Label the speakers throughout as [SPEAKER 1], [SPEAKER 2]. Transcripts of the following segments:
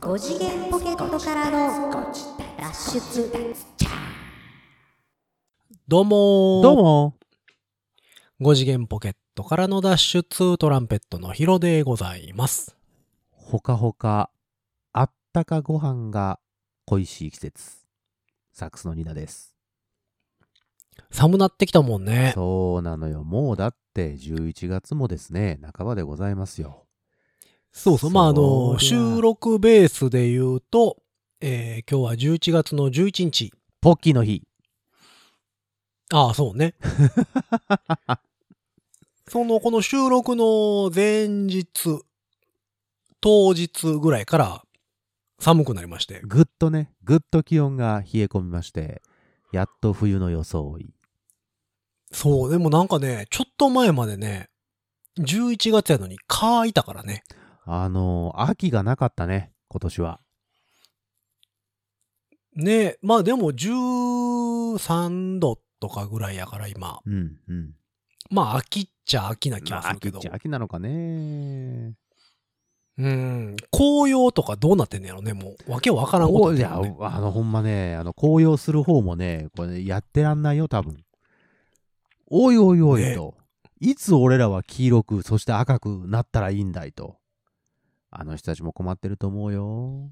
[SPEAKER 1] 5次元ポケットからの脱出
[SPEAKER 2] どうもー
[SPEAKER 3] どうも。
[SPEAKER 2] 5次元ポケットからの脱出トランペットのヒロでございます。
[SPEAKER 3] ほかほか、あったかご飯が恋しい季節。サックスのニナです。
[SPEAKER 2] 寒なってきたもんね。
[SPEAKER 3] そうなのよ。もうだって11月もですね、半ばでございますよ。
[SPEAKER 2] そうそう。まあ、あの、
[SPEAKER 3] そりゃ
[SPEAKER 2] 収録ベースで言うと、えー今日は11月の11日。
[SPEAKER 3] ポッキーの日。
[SPEAKER 2] ああ、そう ね。その、この収録の前日、当日ぐらいから寒くなりまして。
[SPEAKER 3] ぐっとね、ぐっと気温が冷え込みまして、やっと冬の装い。
[SPEAKER 2] そう、でもなんかね、ちょっと前までね、11月やのに蚊いたからね。
[SPEAKER 3] あのー、秋がなかったね、今年は。
[SPEAKER 2] ねまあでも13度とかぐらいやから今。
[SPEAKER 3] うん、うん。
[SPEAKER 2] まあ秋っちゃ秋な気
[SPEAKER 3] ま
[SPEAKER 2] がす
[SPEAKER 3] あ、
[SPEAKER 2] る
[SPEAKER 3] 秋
[SPEAKER 2] け
[SPEAKER 3] っ
[SPEAKER 2] ど。
[SPEAKER 3] ちゃ秋なのかね。
[SPEAKER 2] うん。紅葉とかどうなってんねやろね、もう。わけわからんこ
[SPEAKER 3] ことう
[SPEAKER 2] に
[SPEAKER 3] い
[SPEAKER 2] な
[SPEAKER 3] や
[SPEAKER 2] ってるね、
[SPEAKER 3] あのほんまねあの紅葉する方もねこれやってらんないよ多分おいおいおい
[SPEAKER 2] ね
[SPEAKER 3] と、いつ俺らは黄色くそして赤くなったらいいんだいとあの人たちも困ってると思うよ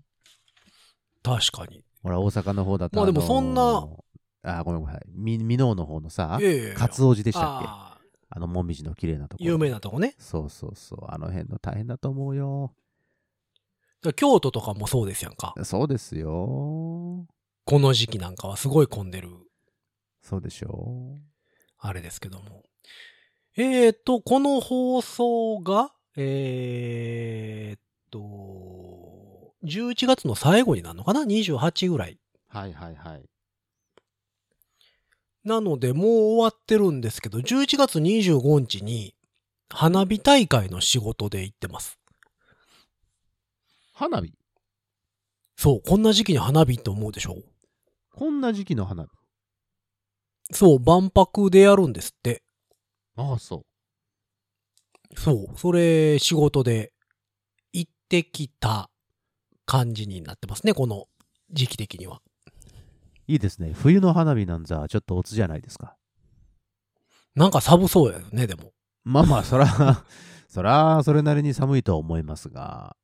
[SPEAKER 2] 確かに。
[SPEAKER 3] ほら大阪の方だと
[SPEAKER 2] まあでも
[SPEAKER 3] の
[SPEAKER 2] そんな
[SPEAKER 3] あごめんごめんみ箕面の方のさ
[SPEAKER 2] いやいやいや
[SPEAKER 3] かつおじでしたっけあ
[SPEAKER 2] ああ
[SPEAKER 3] のもみじの綺麗なところ
[SPEAKER 2] 有名なとこね。
[SPEAKER 3] そうそうそうあの辺の大変だと思うよ
[SPEAKER 2] 京都とかもそうですやんか。
[SPEAKER 3] そうですよ
[SPEAKER 2] この時期なんかはすごい混んでる、
[SPEAKER 3] そうでしょう
[SPEAKER 2] あれですけども。えーと、この放送が、えーっと、11月の最後になるのかな ?28 ぐらい。
[SPEAKER 3] はいはいはい
[SPEAKER 2] なので、もう終わってるんですけど、11月25日に、花火大会の仕事で行ってます。
[SPEAKER 3] 花火
[SPEAKER 2] そう、こんな時期に花火って思うでしょ
[SPEAKER 3] こんな時期の花火
[SPEAKER 2] そう、万博でやるんですって。
[SPEAKER 3] ああ、そ
[SPEAKER 2] そう、それ、仕事で行ってきた感じになってますね、この時期的には。
[SPEAKER 3] う。いいですね。冬の花火なんざ、ちょっとおつじゃないですか。
[SPEAKER 2] なんか寒そうやよね、でも。
[SPEAKER 3] まあまあ、そら、 そら、それなりに寒いとは思いますが、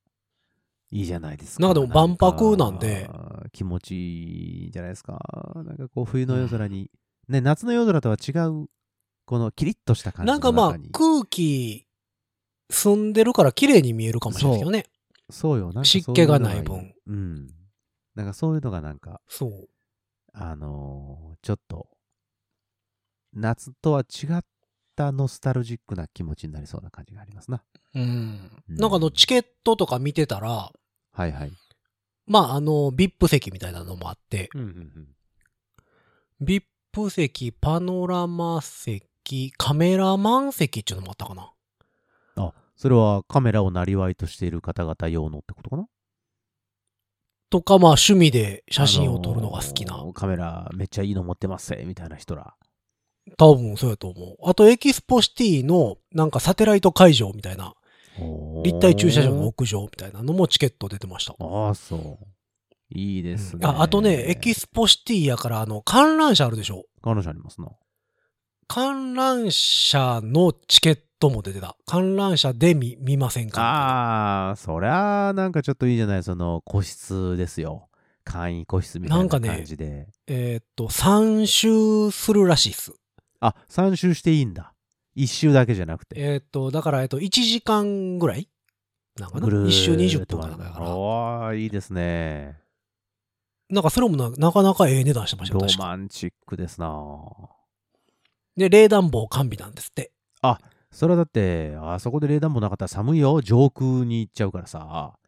[SPEAKER 3] いいじゃないですか。
[SPEAKER 2] なんかでも万博なんで
[SPEAKER 3] か。気持ちいいんじゃないですか。なんかこう、冬の夜空に、ね、夏の夜空とは違う、このキリッとした感じ
[SPEAKER 2] な
[SPEAKER 3] の
[SPEAKER 2] ん
[SPEAKER 3] 中
[SPEAKER 2] か
[SPEAKER 3] に。
[SPEAKER 2] まあ、空気、澄んでるから綺麗に見えるかもしれないですけどね。
[SPEAKER 3] そうよ、なんか
[SPEAKER 2] 湿気がない
[SPEAKER 3] そううの
[SPEAKER 2] 分
[SPEAKER 3] うん。なんかそういうのがなんか、
[SPEAKER 2] そう。
[SPEAKER 3] あのーちょっと、夏とは違ったノスタルジックな気持ちになりそうな感じがありますな。
[SPEAKER 2] うん。
[SPEAKER 3] うん
[SPEAKER 2] なんかあの、チケットとか見てたら、
[SPEAKER 3] はいはい。
[SPEAKER 2] まあ、あの、VIP 席みたいなのもあって、
[SPEAKER 3] うんうんうん。
[SPEAKER 2] VIP 席、パノラマ席、カメラマン席っていうのもあったかな。
[SPEAKER 3] あ、それはカメラをなりわいとしている方々用のってことかな
[SPEAKER 2] とか、まあ、趣味で写真を撮るのが好きな。
[SPEAKER 3] あのーカメラめっちゃいいの持ってますぜみたいな人ら。
[SPEAKER 2] 多分そうやと思う。あと、エキスポシティの、なんかサテライト会場みたいな、立体駐車場の
[SPEAKER 3] おー
[SPEAKER 2] 屋上みたいなのもチケット出てました。
[SPEAKER 3] ああ、そう。いいですね。
[SPEAKER 2] ああとね、エキスポシティやから、あの、観覧車あるでしょ。
[SPEAKER 3] 彼女ありますな。
[SPEAKER 2] 観覧車のチケットも出てた。観覧車で見見ませんかみたいな
[SPEAKER 3] ああ、そりゃあ、なんかちょっといいじゃない、その個室ですよ。簡易個室みた
[SPEAKER 2] ないんか
[SPEAKER 3] な
[SPEAKER 2] ね
[SPEAKER 3] 感じで。
[SPEAKER 2] えーっと、3周するらしいっす。
[SPEAKER 3] あ、3周していいんだ。1周だけじゃなくて。
[SPEAKER 2] えーっと、だから、えっと、1時間ぐらいなんかな ?1 周20分かなんかやから。
[SPEAKER 3] おー、いいですね。
[SPEAKER 2] なんかそれもななかなかええ値段してましたよ
[SPEAKER 3] ロ
[SPEAKER 2] 確か。
[SPEAKER 3] マンチックですな
[SPEAKER 2] で、冷暖房完備なんですって。
[SPEAKER 3] それはだって、あそこで冷暖房なかったら寒いよ。上空に行っちゃうからさ。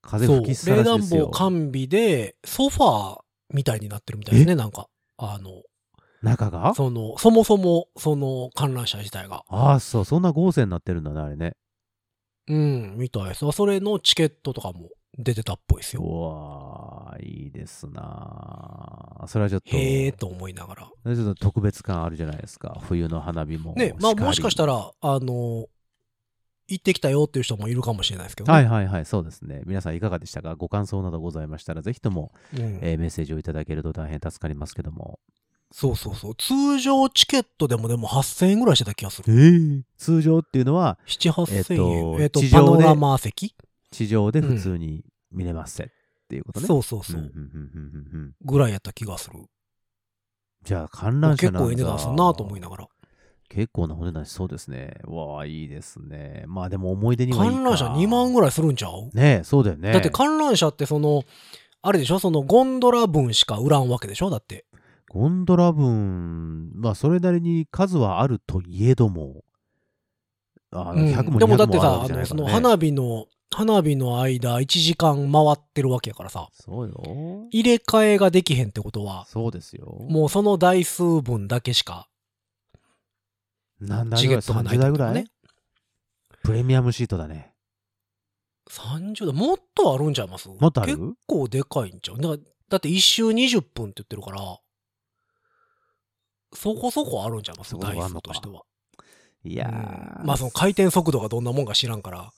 [SPEAKER 3] 風
[SPEAKER 2] そう。
[SPEAKER 3] 吹きっさ
[SPEAKER 2] 冷
[SPEAKER 3] らしで
[SPEAKER 2] 暖
[SPEAKER 3] すよ。
[SPEAKER 2] 房完備で、ソファーみたいになってるみたいですね、なんか。あの、
[SPEAKER 3] 中が
[SPEAKER 2] その、そもそも、その観覧車自体が。
[SPEAKER 3] ああ、そう。そんな豪勢になってるんだね、あれね。
[SPEAKER 2] うん、みたいです。それのチケットとかも出てたっぽいですよ。
[SPEAKER 3] うわー、いいですなそれはちょっと。
[SPEAKER 2] へえと思いながら。
[SPEAKER 3] ちょっと特別感あるじゃないですか。冬の花火も。
[SPEAKER 2] ね、まあもしかした
[SPEAKER 3] ら。
[SPEAKER 2] ら、あの、行ってきたよっていう人もいるかもしれないですけどね、
[SPEAKER 3] はいはいはい、そうですね。皆さんいかがでしたかご感想などございましたら、ぜひとも、
[SPEAKER 2] うん
[SPEAKER 3] えーメッセージをいただけると大変助かりますけども。
[SPEAKER 2] そうそうそう。通常チケットでもでも8000円ぐらいしてた気がする。
[SPEAKER 3] 通常っていうのは、
[SPEAKER 2] 7、8000円。え
[SPEAKER 3] え
[SPEAKER 2] っ
[SPEAKER 3] っ
[SPEAKER 2] と
[SPEAKER 3] と、地
[SPEAKER 2] パノ
[SPEAKER 3] 上で
[SPEAKER 2] ラマ席
[SPEAKER 3] 地上で普通に見れますせっていうことね。
[SPEAKER 2] そうそうそう。
[SPEAKER 3] んうんうんうんうんうん
[SPEAKER 2] ぐらいやった気がする。
[SPEAKER 3] じゃあ観覧車
[SPEAKER 2] 結
[SPEAKER 3] なん
[SPEAKER 2] 構
[SPEAKER 3] ざ
[SPEAKER 2] いい値段するなと思いながら。
[SPEAKER 3] 結構なお値段しそうですね。わあ、いいですね。まあでも思い出にはいいか
[SPEAKER 2] 観覧車2万ぐらいするんちゃう
[SPEAKER 3] ねえ、そうだよね。
[SPEAKER 2] だって観覧車ってその、あれでしょそのゴンドラ分しか売らんわけでしょだって。
[SPEAKER 3] ゴンドラ分、まあそれなりに数はあるといえども、あ
[SPEAKER 2] うん
[SPEAKER 3] 100も
[SPEAKER 2] で
[SPEAKER 3] 200もあるわけじゃないから、ね
[SPEAKER 2] もだってさ、あのその花火の、花火の間1時間回ってるわけやからさ、
[SPEAKER 3] そうよ。
[SPEAKER 2] 入れ替えができへんってことは、
[SPEAKER 3] そうですよ。
[SPEAKER 2] もうその台数分だけしか
[SPEAKER 3] 何台
[SPEAKER 2] チケ
[SPEAKER 3] ぐらい
[SPEAKER 2] ットがないっ
[SPEAKER 3] ?30
[SPEAKER 2] て
[SPEAKER 3] 台
[SPEAKER 2] こ
[SPEAKER 3] ぐ
[SPEAKER 2] と
[SPEAKER 3] らい、
[SPEAKER 2] ね。
[SPEAKER 3] プレミアムシートだね。
[SPEAKER 2] 30だもっとあるんちゃいます
[SPEAKER 3] もっとあ
[SPEAKER 2] 結
[SPEAKER 3] る
[SPEAKER 2] 構でかいんちゃうだだって1周20分って言ってるからそこそこあるんちゃいます
[SPEAKER 3] そこそ
[SPEAKER 2] 台
[SPEAKER 3] こあん
[SPEAKER 2] 数
[SPEAKER 3] の
[SPEAKER 2] と
[SPEAKER 3] か
[SPEAKER 2] してはいい
[SPEAKER 3] やー
[SPEAKER 2] まあその回転速度がどんなもんか知らんから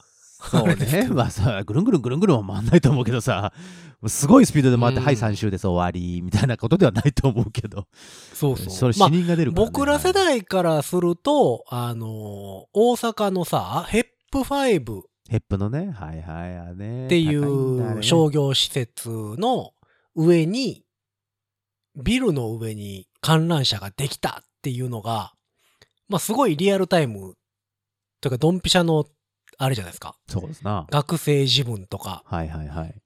[SPEAKER 3] そうね。 まあさ、ぐるんぐるんぐるんぐるんは回んないと思うけどさ、すごいスピードで回って、
[SPEAKER 2] うん
[SPEAKER 3] はい、3周です、終わり、みたいなことではないと思うけど、
[SPEAKER 2] そうそう
[SPEAKER 3] それ死
[SPEAKER 2] まあ
[SPEAKER 3] 人が出るから、ね
[SPEAKER 2] 僕ら世
[SPEAKER 3] はい
[SPEAKER 2] 代からするとあのー大阪のさヘップ5っ
[SPEAKER 3] ヘップのね、はいはい、あれね。
[SPEAKER 2] てい
[SPEAKER 3] 高んだあれ
[SPEAKER 2] う
[SPEAKER 3] ね
[SPEAKER 2] 商業施設の上にビルの上に観覧車ができたっていうのがまあすごいリアルタイムというかドンピシャのあれじゃないですか
[SPEAKER 3] そうですな。
[SPEAKER 2] 学生自分とか
[SPEAKER 3] はいはいはい。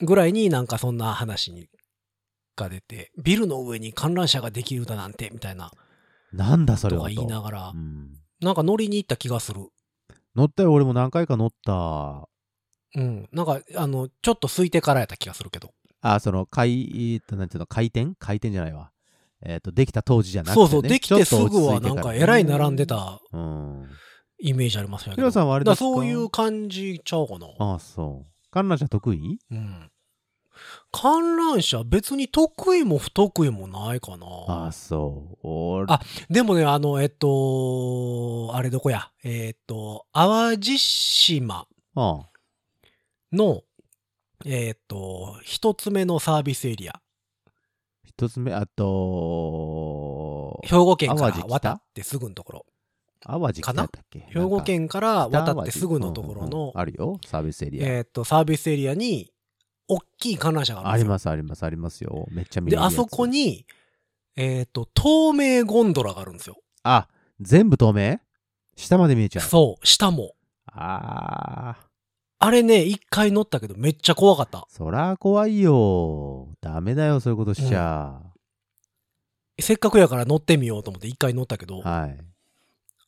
[SPEAKER 2] ぐらいになんかそんな話にが出てビルの上に観覧車ができるだなんてみたいな
[SPEAKER 3] なんだそれ
[SPEAKER 2] と
[SPEAKER 3] は
[SPEAKER 2] か
[SPEAKER 3] と。
[SPEAKER 2] 言いながら
[SPEAKER 3] うん
[SPEAKER 2] なんか乗りに行った気がする
[SPEAKER 3] 乗ったよ、俺も何回か乗った。
[SPEAKER 2] うんなんかあのちょっと空いてからやった気がするけど
[SPEAKER 3] あ、その、回、えっと、なんていうの、回転回転じゃないわ。えっ、と、できた当時じゃなくて、
[SPEAKER 2] そ
[SPEAKER 3] ね。
[SPEAKER 2] うそうできて
[SPEAKER 3] ち
[SPEAKER 2] す
[SPEAKER 3] ょっと
[SPEAKER 2] ぐ
[SPEAKER 3] 落
[SPEAKER 2] は
[SPEAKER 3] ち着
[SPEAKER 2] ないん
[SPEAKER 3] てら
[SPEAKER 2] か
[SPEAKER 3] ね
[SPEAKER 2] えらい並んで。た
[SPEAKER 3] うん。
[SPEAKER 2] イメージありますよ
[SPEAKER 3] ヒ
[SPEAKER 2] ね
[SPEAKER 3] ロさんはあれ
[SPEAKER 2] だか
[SPEAKER 3] で
[SPEAKER 2] ら
[SPEAKER 3] すか
[SPEAKER 2] そういう感じちゃうかな
[SPEAKER 3] ああ、そう。カンナちゃん得意
[SPEAKER 2] うん観覧車別に得意も不得意もないか
[SPEAKER 3] あ
[SPEAKER 2] な
[SPEAKER 3] あ、そう。俺
[SPEAKER 2] あでもねあのえっとあれどこやえっと淡路島
[SPEAKER 3] ああ
[SPEAKER 2] の、えーっと、一つ目のサービスエリア、
[SPEAKER 3] 一つ目、あと、
[SPEAKER 2] 兵庫県か
[SPEAKER 3] 淡路
[SPEAKER 2] ら
[SPEAKER 3] 北
[SPEAKER 2] 渡ってすぐのところ、
[SPEAKER 3] 淡路
[SPEAKER 2] か
[SPEAKER 3] 北
[SPEAKER 2] な
[SPEAKER 3] だったっけ
[SPEAKER 2] 兵庫県から
[SPEAKER 3] なんか
[SPEAKER 2] 渡ってすぐのところ
[SPEAKER 3] うんうんう
[SPEAKER 2] の
[SPEAKER 3] ん、あるよ、サービスエリア。
[SPEAKER 2] えーっと、サービスエリアに、大きい観覧車があ
[SPEAKER 3] あ
[SPEAKER 2] る
[SPEAKER 3] り
[SPEAKER 2] んで
[SPEAKER 3] ます、あります、ありますよ。めっちゃ見
[SPEAKER 2] すよ。で、
[SPEAKER 3] るや
[SPEAKER 2] あ
[SPEAKER 3] つ
[SPEAKER 2] そこ。に、えーっと、透明ゴンドラがあるんですよ。
[SPEAKER 3] あ、全部透明下まで見えちゃう。
[SPEAKER 2] そう、下も。
[SPEAKER 3] ああ、
[SPEAKER 2] あれね、一回乗ったけど、めっちゃ怖かった。
[SPEAKER 3] そら怖いよ。ダメだよ、そういうことしちゃ。
[SPEAKER 2] せっかくやから乗ってみようと思って一回乗ったけど、
[SPEAKER 3] はい。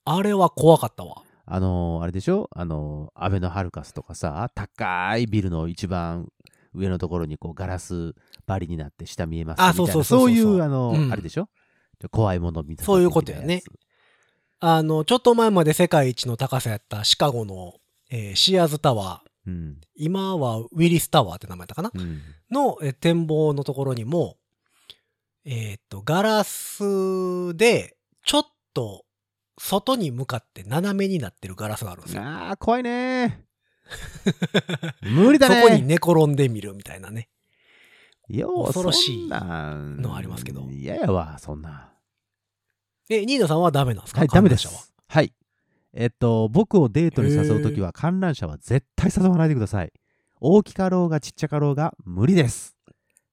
[SPEAKER 2] あれは怖かったわ。
[SPEAKER 3] あのーあれでしょあのー、アベノハルカスとかさ、高いビルの一番上のところにこうガラス張りになって下見えますみたいな。
[SPEAKER 2] あそうそうそうそう
[SPEAKER 3] い
[SPEAKER 2] そう
[SPEAKER 3] う、あのー
[SPEAKER 2] うん
[SPEAKER 3] あれでしょ怖いものみたいな。
[SPEAKER 2] そういうことやね
[SPEAKER 3] 的なつ。
[SPEAKER 2] あの、ちょっと前まで世界一の高さやったシカゴの、えーシアーズタワー、
[SPEAKER 3] うん。
[SPEAKER 2] 今はウィリスタワーって名前だったかな
[SPEAKER 3] うん。
[SPEAKER 2] のえー展望のところにも、えーっと、ガラスで、ちょっと、外に向かって斜めになってるガラスがあるんですよ。
[SPEAKER 3] ああ、怖いねー。無理だ
[SPEAKER 2] そ
[SPEAKER 3] ね。
[SPEAKER 2] こに寝転んでみるみたいなね。
[SPEAKER 3] よう
[SPEAKER 2] 恐ろしい
[SPEAKER 3] そんなん
[SPEAKER 2] のありますけど
[SPEAKER 3] 嫌やわ、そんなん。
[SPEAKER 2] え、ニーナさんはダメなんですか
[SPEAKER 3] はい、ダメで
[SPEAKER 2] 観覧
[SPEAKER 3] す。はい。えっと、僕をデートに誘うときは観覧車は絶対誘わないでください。大きかろうがちっちゃかろうが無理です。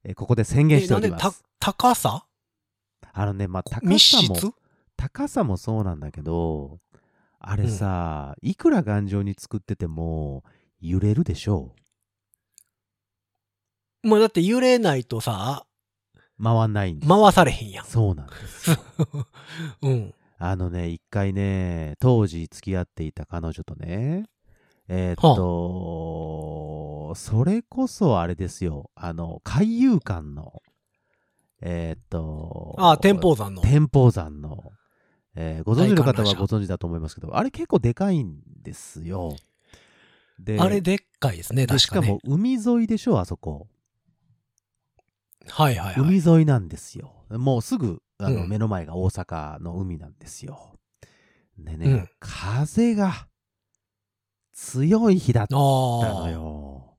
[SPEAKER 3] えここで宣言し
[SPEAKER 2] 車
[SPEAKER 3] てお
[SPEAKER 2] は。え、なん
[SPEAKER 3] りま
[SPEAKER 2] で、た
[SPEAKER 3] す。、
[SPEAKER 2] 高さ
[SPEAKER 3] あのね、まあ、高
[SPEAKER 2] 密
[SPEAKER 3] さも、
[SPEAKER 2] 室
[SPEAKER 3] 高さもそうなんだけど、あれさ、いくら頑丈に作ってても揺れるでしょ
[SPEAKER 2] まあ、だって揺れないとさ、
[SPEAKER 3] う。回んないんです。
[SPEAKER 2] 回されへんやん。
[SPEAKER 3] そうなんですよ。
[SPEAKER 2] うん。
[SPEAKER 3] あのね、一回ね、当時付き合っていた彼女とね、えーっと、それこそあれですよ、あの、海遊館の、えーっと、
[SPEAKER 2] あ、天保山の。
[SPEAKER 3] 天宝山の、えーご存知の
[SPEAKER 2] 大観
[SPEAKER 3] 方
[SPEAKER 2] 覧
[SPEAKER 3] は
[SPEAKER 2] 車
[SPEAKER 3] ご存知だと思いますけど、あれ結構でかいんですよ。で
[SPEAKER 2] あれでっかいですね、
[SPEAKER 3] で
[SPEAKER 2] 確
[SPEAKER 3] し
[SPEAKER 2] か
[SPEAKER 3] か
[SPEAKER 2] ね
[SPEAKER 3] も。海沿いでしょ、あそこ。
[SPEAKER 2] はいはいはい。
[SPEAKER 3] 海沿いなんですよ。もうすぐあ
[SPEAKER 2] う
[SPEAKER 3] の、
[SPEAKER 2] ん
[SPEAKER 3] 目の前が大阪の海なんですよ。でね、
[SPEAKER 2] うん
[SPEAKER 3] 風が強い日だったの
[SPEAKER 2] ああ。
[SPEAKER 3] よ。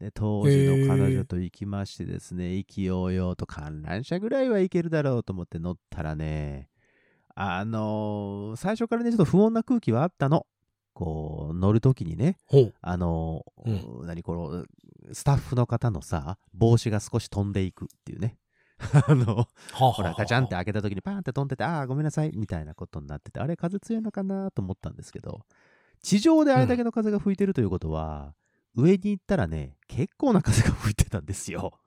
[SPEAKER 3] で当時の彼女と行きましてですね、意気揚々と観覧車ぐらいは行けるだろうと思って乗ったらね、あのー最初からね、ちょっと不穏な空気はあったの。こう、乗る時にね、
[SPEAKER 2] ほう。
[SPEAKER 3] あのー何この、スタッフの方のさ、帽子が少し飛んでいくっていうね。 あの、
[SPEAKER 2] はあ、
[SPEAKER 3] ほら、ガチャンって開けた時にパーンって飛んでて、ああ、ごめんなさい、みたいなことになってて、あれ、風強いのかなと思ったんですけど、地上であれだけの風が吹いてるということは、上に行ったらね、結構な風が吹いてたんですよ。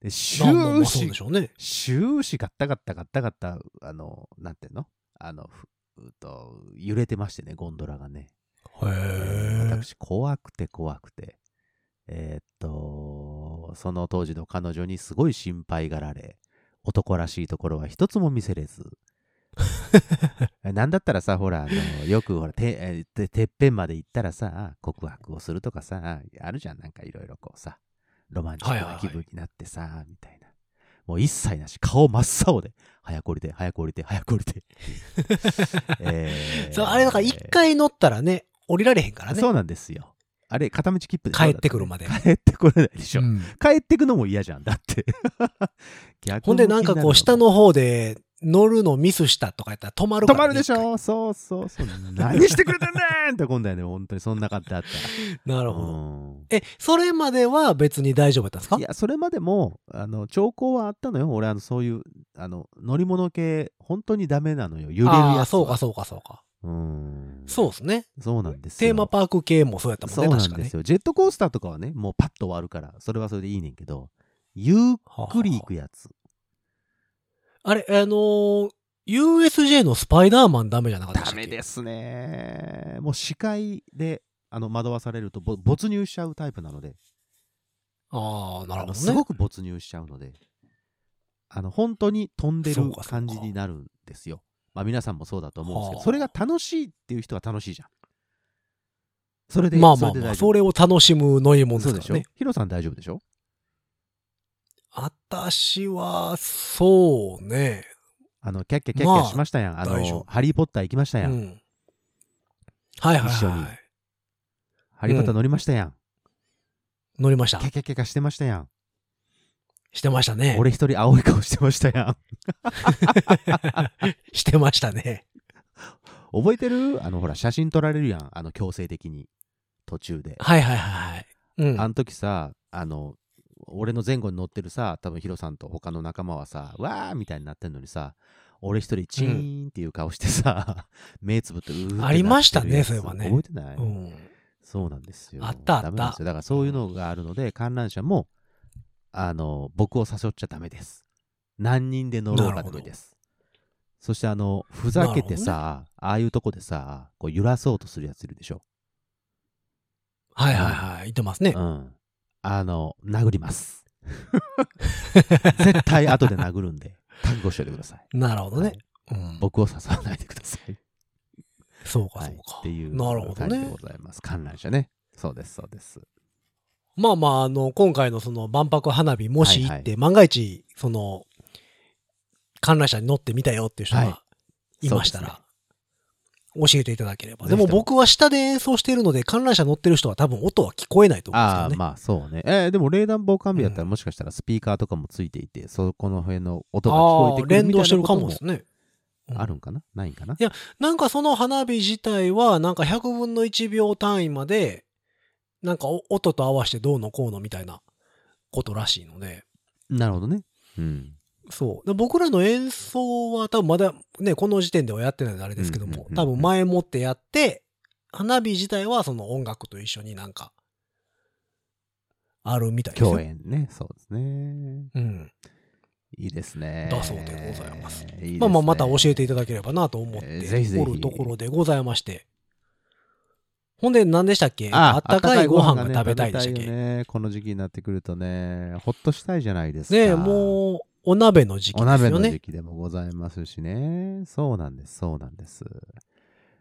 [SPEAKER 3] で、終
[SPEAKER 2] まあまあまあそう
[SPEAKER 3] 始
[SPEAKER 2] でし、ょうね。
[SPEAKER 3] 終始ガッタガッタガッタガッタ、あの、なんていうのあの、ふうっと、揺れてましてね、ゴンドラがね。
[SPEAKER 2] へえ。
[SPEAKER 3] 私、怖くて怖くて。えーっと、その当時の彼女にすごい心配がられ、男らしいところは一つも見せ れず。えなんだったらさ、ほら、あのよくほらてえて、てっぺんまで行ったらさ、告白をするとかさ、あるじゃん、なんかいろいろこうさ、ロマンチックな気分になってさ、みたいな。もう一切なし、顔真っ青で、早く降りて、早く降りて、早く降 りて。えー
[SPEAKER 2] そうあれだから一回乗ったらね、降りられへんからね。。
[SPEAKER 3] そううなんですよ。あれ、片道切符でしょ
[SPEAKER 2] 帰ってくるまで
[SPEAKER 3] だって帰ってこれないでしょ。
[SPEAKER 2] ん、
[SPEAKER 3] 帰ってくのも嫌じゃん。だって。 逆
[SPEAKER 2] ほんでなんかこう、下
[SPEAKER 3] の。
[SPEAKER 2] の方で乗るのミスしたとかやったら止まるか
[SPEAKER 3] 止
[SPEAKER 2] ら
[SPEAKER 3] ま
[SPEAKER 2] ね、
[SPEAKER 3] るでしょそうそうそう。何してくれてんねんって今度はね、本当にそんな方あった
[SPEAKER 2] 一回 な
[SPEAKER 3] ら。
[SPEAKER 2] るほど。
[SPEAKER 3] うん
[SPEAKER 2] え、それまでは別に大丈夫だったんですか
[SPEAKER 3] いや、それまでも、あの、兆候はあったのよ。俺、あの、そういう、あの、乗り物系、本当にダメなのよ。揺れるやつ
[SPEAKER 2] あ
[SPEAKER 3] は。
[SPEAKER 2] あ、そうかそうかそうか。
[SPEAKER 3] うん。
[SPEAKER 2] そうですね。
[SPEAKER 3] そうなんですよ。
[SPEAKER 2] テーマパーク系もそうやったもん
[SPEAKER 3] そ
[SPEAKER 2] ね、
[SPEAKER 3] うな
[SPEAKER 2] 確
[SPEAKER 3] ん
[SPEAKER 2] か
[SPEAKER 3] で
[SPEAKER 2] ね
[SPEAKER 3] す。よ。ジェットコースターとかはね、もうパッと終わるから、それはそれでいいねんけど、ゆっ
[SPEAKER 2] はあはあ
[SPEAKER 3] くり行くやつ。
[SPEAKER 2] あれ、あのー USJ のスパイダーマンダメじゃなかった。
[SPEAKER 3] ダメですすね。もう視界で、あの、惑わされると、ぼ没入しちゃうタイプなので、
[SPEAKER 2] ああ、な
[SPEAKER 3] あ
[SPEAKER 2] るほ
[SPEAKER 3] の
[SPEAKER 2] ど
[SPEAKER 3] す
[SPEAKER 2] ね
[SPEAKER 3] ご。く没入しちゃうので、あの、本当に飛んで
[SPEAKER 2] そう
[SPEAKER 3] る
[SPEAKER 2] かそうか
[SPEAKER 3] 感じになるんですよ。まあ皆さんもそうだと思うんですけど、
[SPEAKER 2] はあ
[SPEAKER 3] それが楽しいっていう人は楽しいじゃん。それで、
[SPEAKER 2] まあ
[SPEAKER 3] そ
[SPEAKER 2] ま
[SPEAKER 3] れ
[SPEAKER 2] あ
[SPEAKER 3] で
[SPEAKER 2] まあ、
[SPEAKER 3] 大丈
[SPEAKER 2] それを楽しむ乗り
[SPEAKER 3] 夫
[SPEAKER 2] 物
[SPEAKER 3] そう
[SPEAKER 2] で
[SPEAKER 3] ですし
[SPEAKER 2] から
[SPEAKER 3] ょ
[SPEAKER 2] ね。。
[SPEAKER 3] ヒロさん大丈夫でしょ
[SPEAKER 2] 私は、そうね。
[SPEAKER 3] あの、キャッキャキャッキ
[SPEAKER 2] まあ
[SPEAKER 3] ャしましたやん。あ
[SPEAKER 2] 大丈
[SPEAKER 3] の
[SPEAKER 2] 夫、
[SPEAKER 3] ハリー・ポッター行きました
[SPEAKER 2] う
[SPEAKER 3] やん。
[SPEAKER 2] ん。はいはい
[SPEAKER 3] 一緒
[SPEAKER 2] は
[SPEAKER 3] に
[SPEAKER 2] い。
[SPEAKER 3] ハリー・ポッター乗りましたやん。
[SPEAKER 2] 乗りました
[SPEAKER 3] キャ。キャキャキャしてましたやん。
[SPEAKER 2] してましたね。
[SPEAKER 3] 俺一人青い顔してましたやん。
[SPEAKER 2] してましたね。
[SPEAKER 3] 覚えてるあの、ほら、写真撮られるやん。あの、強制的に。途中で。
[SPEAKER 2] はいはいはいはい。うん。
[SPEAKER 3] あ
[SPEAKER 2] あ
[SPEAKER 3] の時さ、あの、俺の前後に乗ってるさ、多分ヒロさんと他の仲間はさ、わーみたいになってんのにさ、俺一人チーンっていう顔してさ、 目つぶってうーってなってるやつ
[SPEAKER 2] ありましたねそういえばね
[SPEAKER 3] 覚えてない、
[SPEAKER 2] うん、
[SPEAKER 3] そうなんですよ。
[SPEAKER 2] あったあった
[SPEAKER 3] ダメなんですよだからそういうのがあるので、観覧車も、あの、僕を誘っちゃダメです。何人で乗ろうかダメです。そして、あの、ふざけてさ、ああいうとこでさ、こう揺らそうとするやついるでしょ。
[SPEAKER 2] はいはいはい。言ってますね
[SPEAKER 3] う。ん。あの、殴ります。絶対後で殴るんで、覚悟しておいてください。
[SPEAKER 2] なるほど
[SPEAKER 3] は
[SPEAKER 2] ね
[SPEAKER 3] い。
[SPEAKER 2] うん、
[SPEAKER 3] 僕を誘わないでください。
[SPEAKER 2] そうか
[SPEAKER 3] は
[SPEAKER 2] そう
[SPEAKER 3] い。
[SPEAKER 2] か。
[SPEAKER 3] っていう
[SPEAKER 2] なるほど
[SPEAKER 3] 感じで
[SPEAKER 2] ね
[SPEAKER 3] ご。ざいます。観覧車ね。そうです、そうです。
[SPEAKER 2] まあまあ、あの、今回のその万博花火、もし行って、
[SPEAKER 3] はいは
[SPEAKER 2] 万が一、その、観覧車に乗ってみたよっていう人
[SPEAKER 3] は
[SPEAKER 2] がいましたら、教えていただければ。でも
[SPEAKER 3] ぜひとも
[SPEAKER 2] 僕は下で演奏しているので、観覧車乗ってる人は多分音は聞こえないと思うんです
[SPEAKER 3] あ
[SPEAKER 2] よ
[SPEAKER 3] あ
[SPEAKER 2] ね。
[SPEAKER 3] ー、まあそうね。えーでも冷暖房完備だったらもしかしたらスピーカーとかもついていて、そこの辺の音が聞こえてく
[SPEAKER 2] あ
[SPEAKER 3] る
[SPEAKER 2] ー連
[SPEAKER 3] みた
[SPEAKER 2] 動して
[SPEAKER 3] い
[SPEAKER 2] る
[SPEAKER 3] な
[SPEAKER 2] か
[SPEAKER 3] こと
[SPEAKER 2] も
[SPEAKER 3] も
[SPEAKER 2] ですね。うん
[SPEAKER 3] あるんかなないんかない
[SPEAKER 2] やなんかその花火自体は、なんか100分の1秒単位まで、なんかお音と合わせてどうのこうのみたいなことらしいので、
[SPEAKER 3] なるほどね。うん。
[SPEAKER 2] そう。で僕らの演奏は多分まだね、この時点ではやってないのであれですけど
[SPEAKER 3] うんうん
[SPEAKER 2] も
[SPEAKER 3] うんう、ん
[SPEAKER 2] 多分前もってやって、花火自体はその音楽と一緒になんか、あるみたいですよ。
[SPEAKER 3] 共。演ね。そうですね。
[SPEAKER 2] うん。
[SPEAKER 3] いいですね。
[SPEAKER 2] だそうでございます
[SPEAKER 3] いいですね
[SPEAKER 2] まあまあまた教えていただければなと思っ
[SPEAKER 3] え
[SPEAKER 2] て
[SPEAKER 3] ーぜひぜひ
[SPEAKER 2] おるところでございまして。ほんで何でしたっけ
[SPEAKER 3] あ
[SPEAKER 2] あ
[SPEAKER 3] あ
[SPEAKER 2] ったかいご飯が
[SPEAKER 3] ね
[SPEAKER 2] 食べたいでしたっけ
[SPEAKER 3] 食べたいよねこの時期になってくるとね、ほっとしたいじゃないですか。
[SPEAKER 2] ねえ、もう、お鍋の時期
[SPEAKER 3] お
[SPEAKER 2] です
[SPEAKER 3] 鍋
[SPEAKER 2] よ
[SPEAKER 3] の
[SPEAKER 2] ね
[SPEAKER 3] 時。期でもございますしね。そうなんです、そうなんです。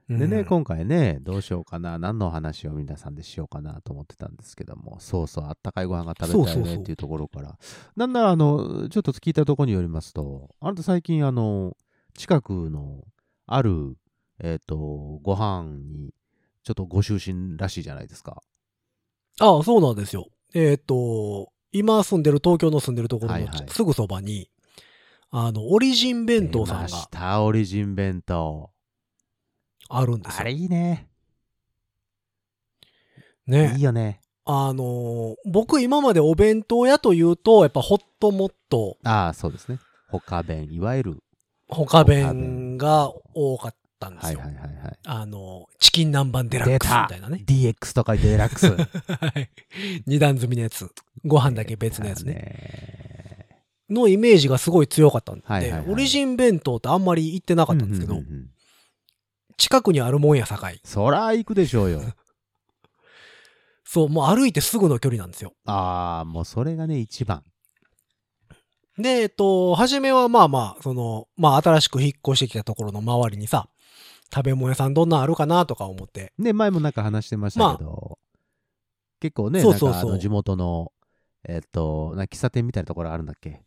[SPEAKER 2] うん
[SPEAKER 3] でね、今回ね、どうしようかな、何の話を皆さんでしようかなと思ってたんですけども、そうそう、あったかいご飯が食べたい
[SPEAKER 2] そうそう
[SPEAKER 3] ね
[SPEAKER 2] そう
[SPEAKER 3] っていうところから、なんなら、あの、ちょっと聞いたところによりますと、あなた最近、あの、近くの、ある、えっ、と、ご飯に、ちょっとご就寝らしいじゃないですか。
[SPEAKER 2] ああ、そうなんですよ。えーっと、今住んでる、東京の住んでるところ
[SPEAKER 3] はい
[SPEAKER 2] の
[SPEAKER 3] はい
[SPEAKER 2] すぐそばに、あの、オリジン弁当さん
[SPEAKER 3] 出まし
[SPEAKER 2] が
[SPEAKER 3] た、オリジン弁当。
[SPEAKER 2] あるんです
[SPEAKER 3] あ
[SPEAKER 2] よ。
[SPEAKER 3] れいいね。い
[SPEAKER 2] ね
[SPEAKER 3] い。よね。
[SPEAKER 2] あのー、僕今までお弁当屋というと、やっぱホットモット、
[SPEAKER 3] ああ、そうですね。他弁、いわゆる。
[SPEAKER 2] 他
[SPEAKER 3] 他
[SPEAKER 2] 弁
[SPEAKER 3] 弁
[SPEAKER 2] が多かったんです
[SPEAKER 3] はい
[SPEAKER 2] よ
[SPEAKER 3] はい。はいはい。
[SPEAKER 2] あの、チキン南蛮デラッ
[SPEAKER 3] 出
[SPEAKER 2] クスみ
[SPEAKER 3] た
[SPEAKER 2] たいなね。
[SPEAKER 3] !DX とかデラックス。
[SPEAKER 2] はい二段積みのやつ。ご飯だけ 別のやつね。
[SPEAKER 3] ね。
[SPEAKER 2] のイメージがすごい強かったんで、
[SPEAKER 3] はいはいはい
[SPEAKER 2] オリジン弁当ってあんまり行ってなかったんですけど、
[SPEAKER 3] うううんうん
[SPEAKER 2] 近くにあるもんや境。
[SPEAKER 3] そら行くでしょ うよ。
[SPEAKER 2] そう、もう歩いてすぐの距離なんですよ。
[SPEAKER 3] ああ、もうそれがね、一番。
[SPEAKER 2] で、えっと、初めはまあまあ、その、まあ新しく引っ越してきたところの周りにさ、食べ物屋さんどんなんあるかなとか思って、
[SPEAKER 3] ね、前もなんか話してましたけど、結構ね、
[SPEAKER 2] そ
[SPEAKER 3] な
[SPEAKER 2] うんそうそう
[SPEAKER 3] かあの地元の、えっと、な喫茶店みたいなところあるんだっけ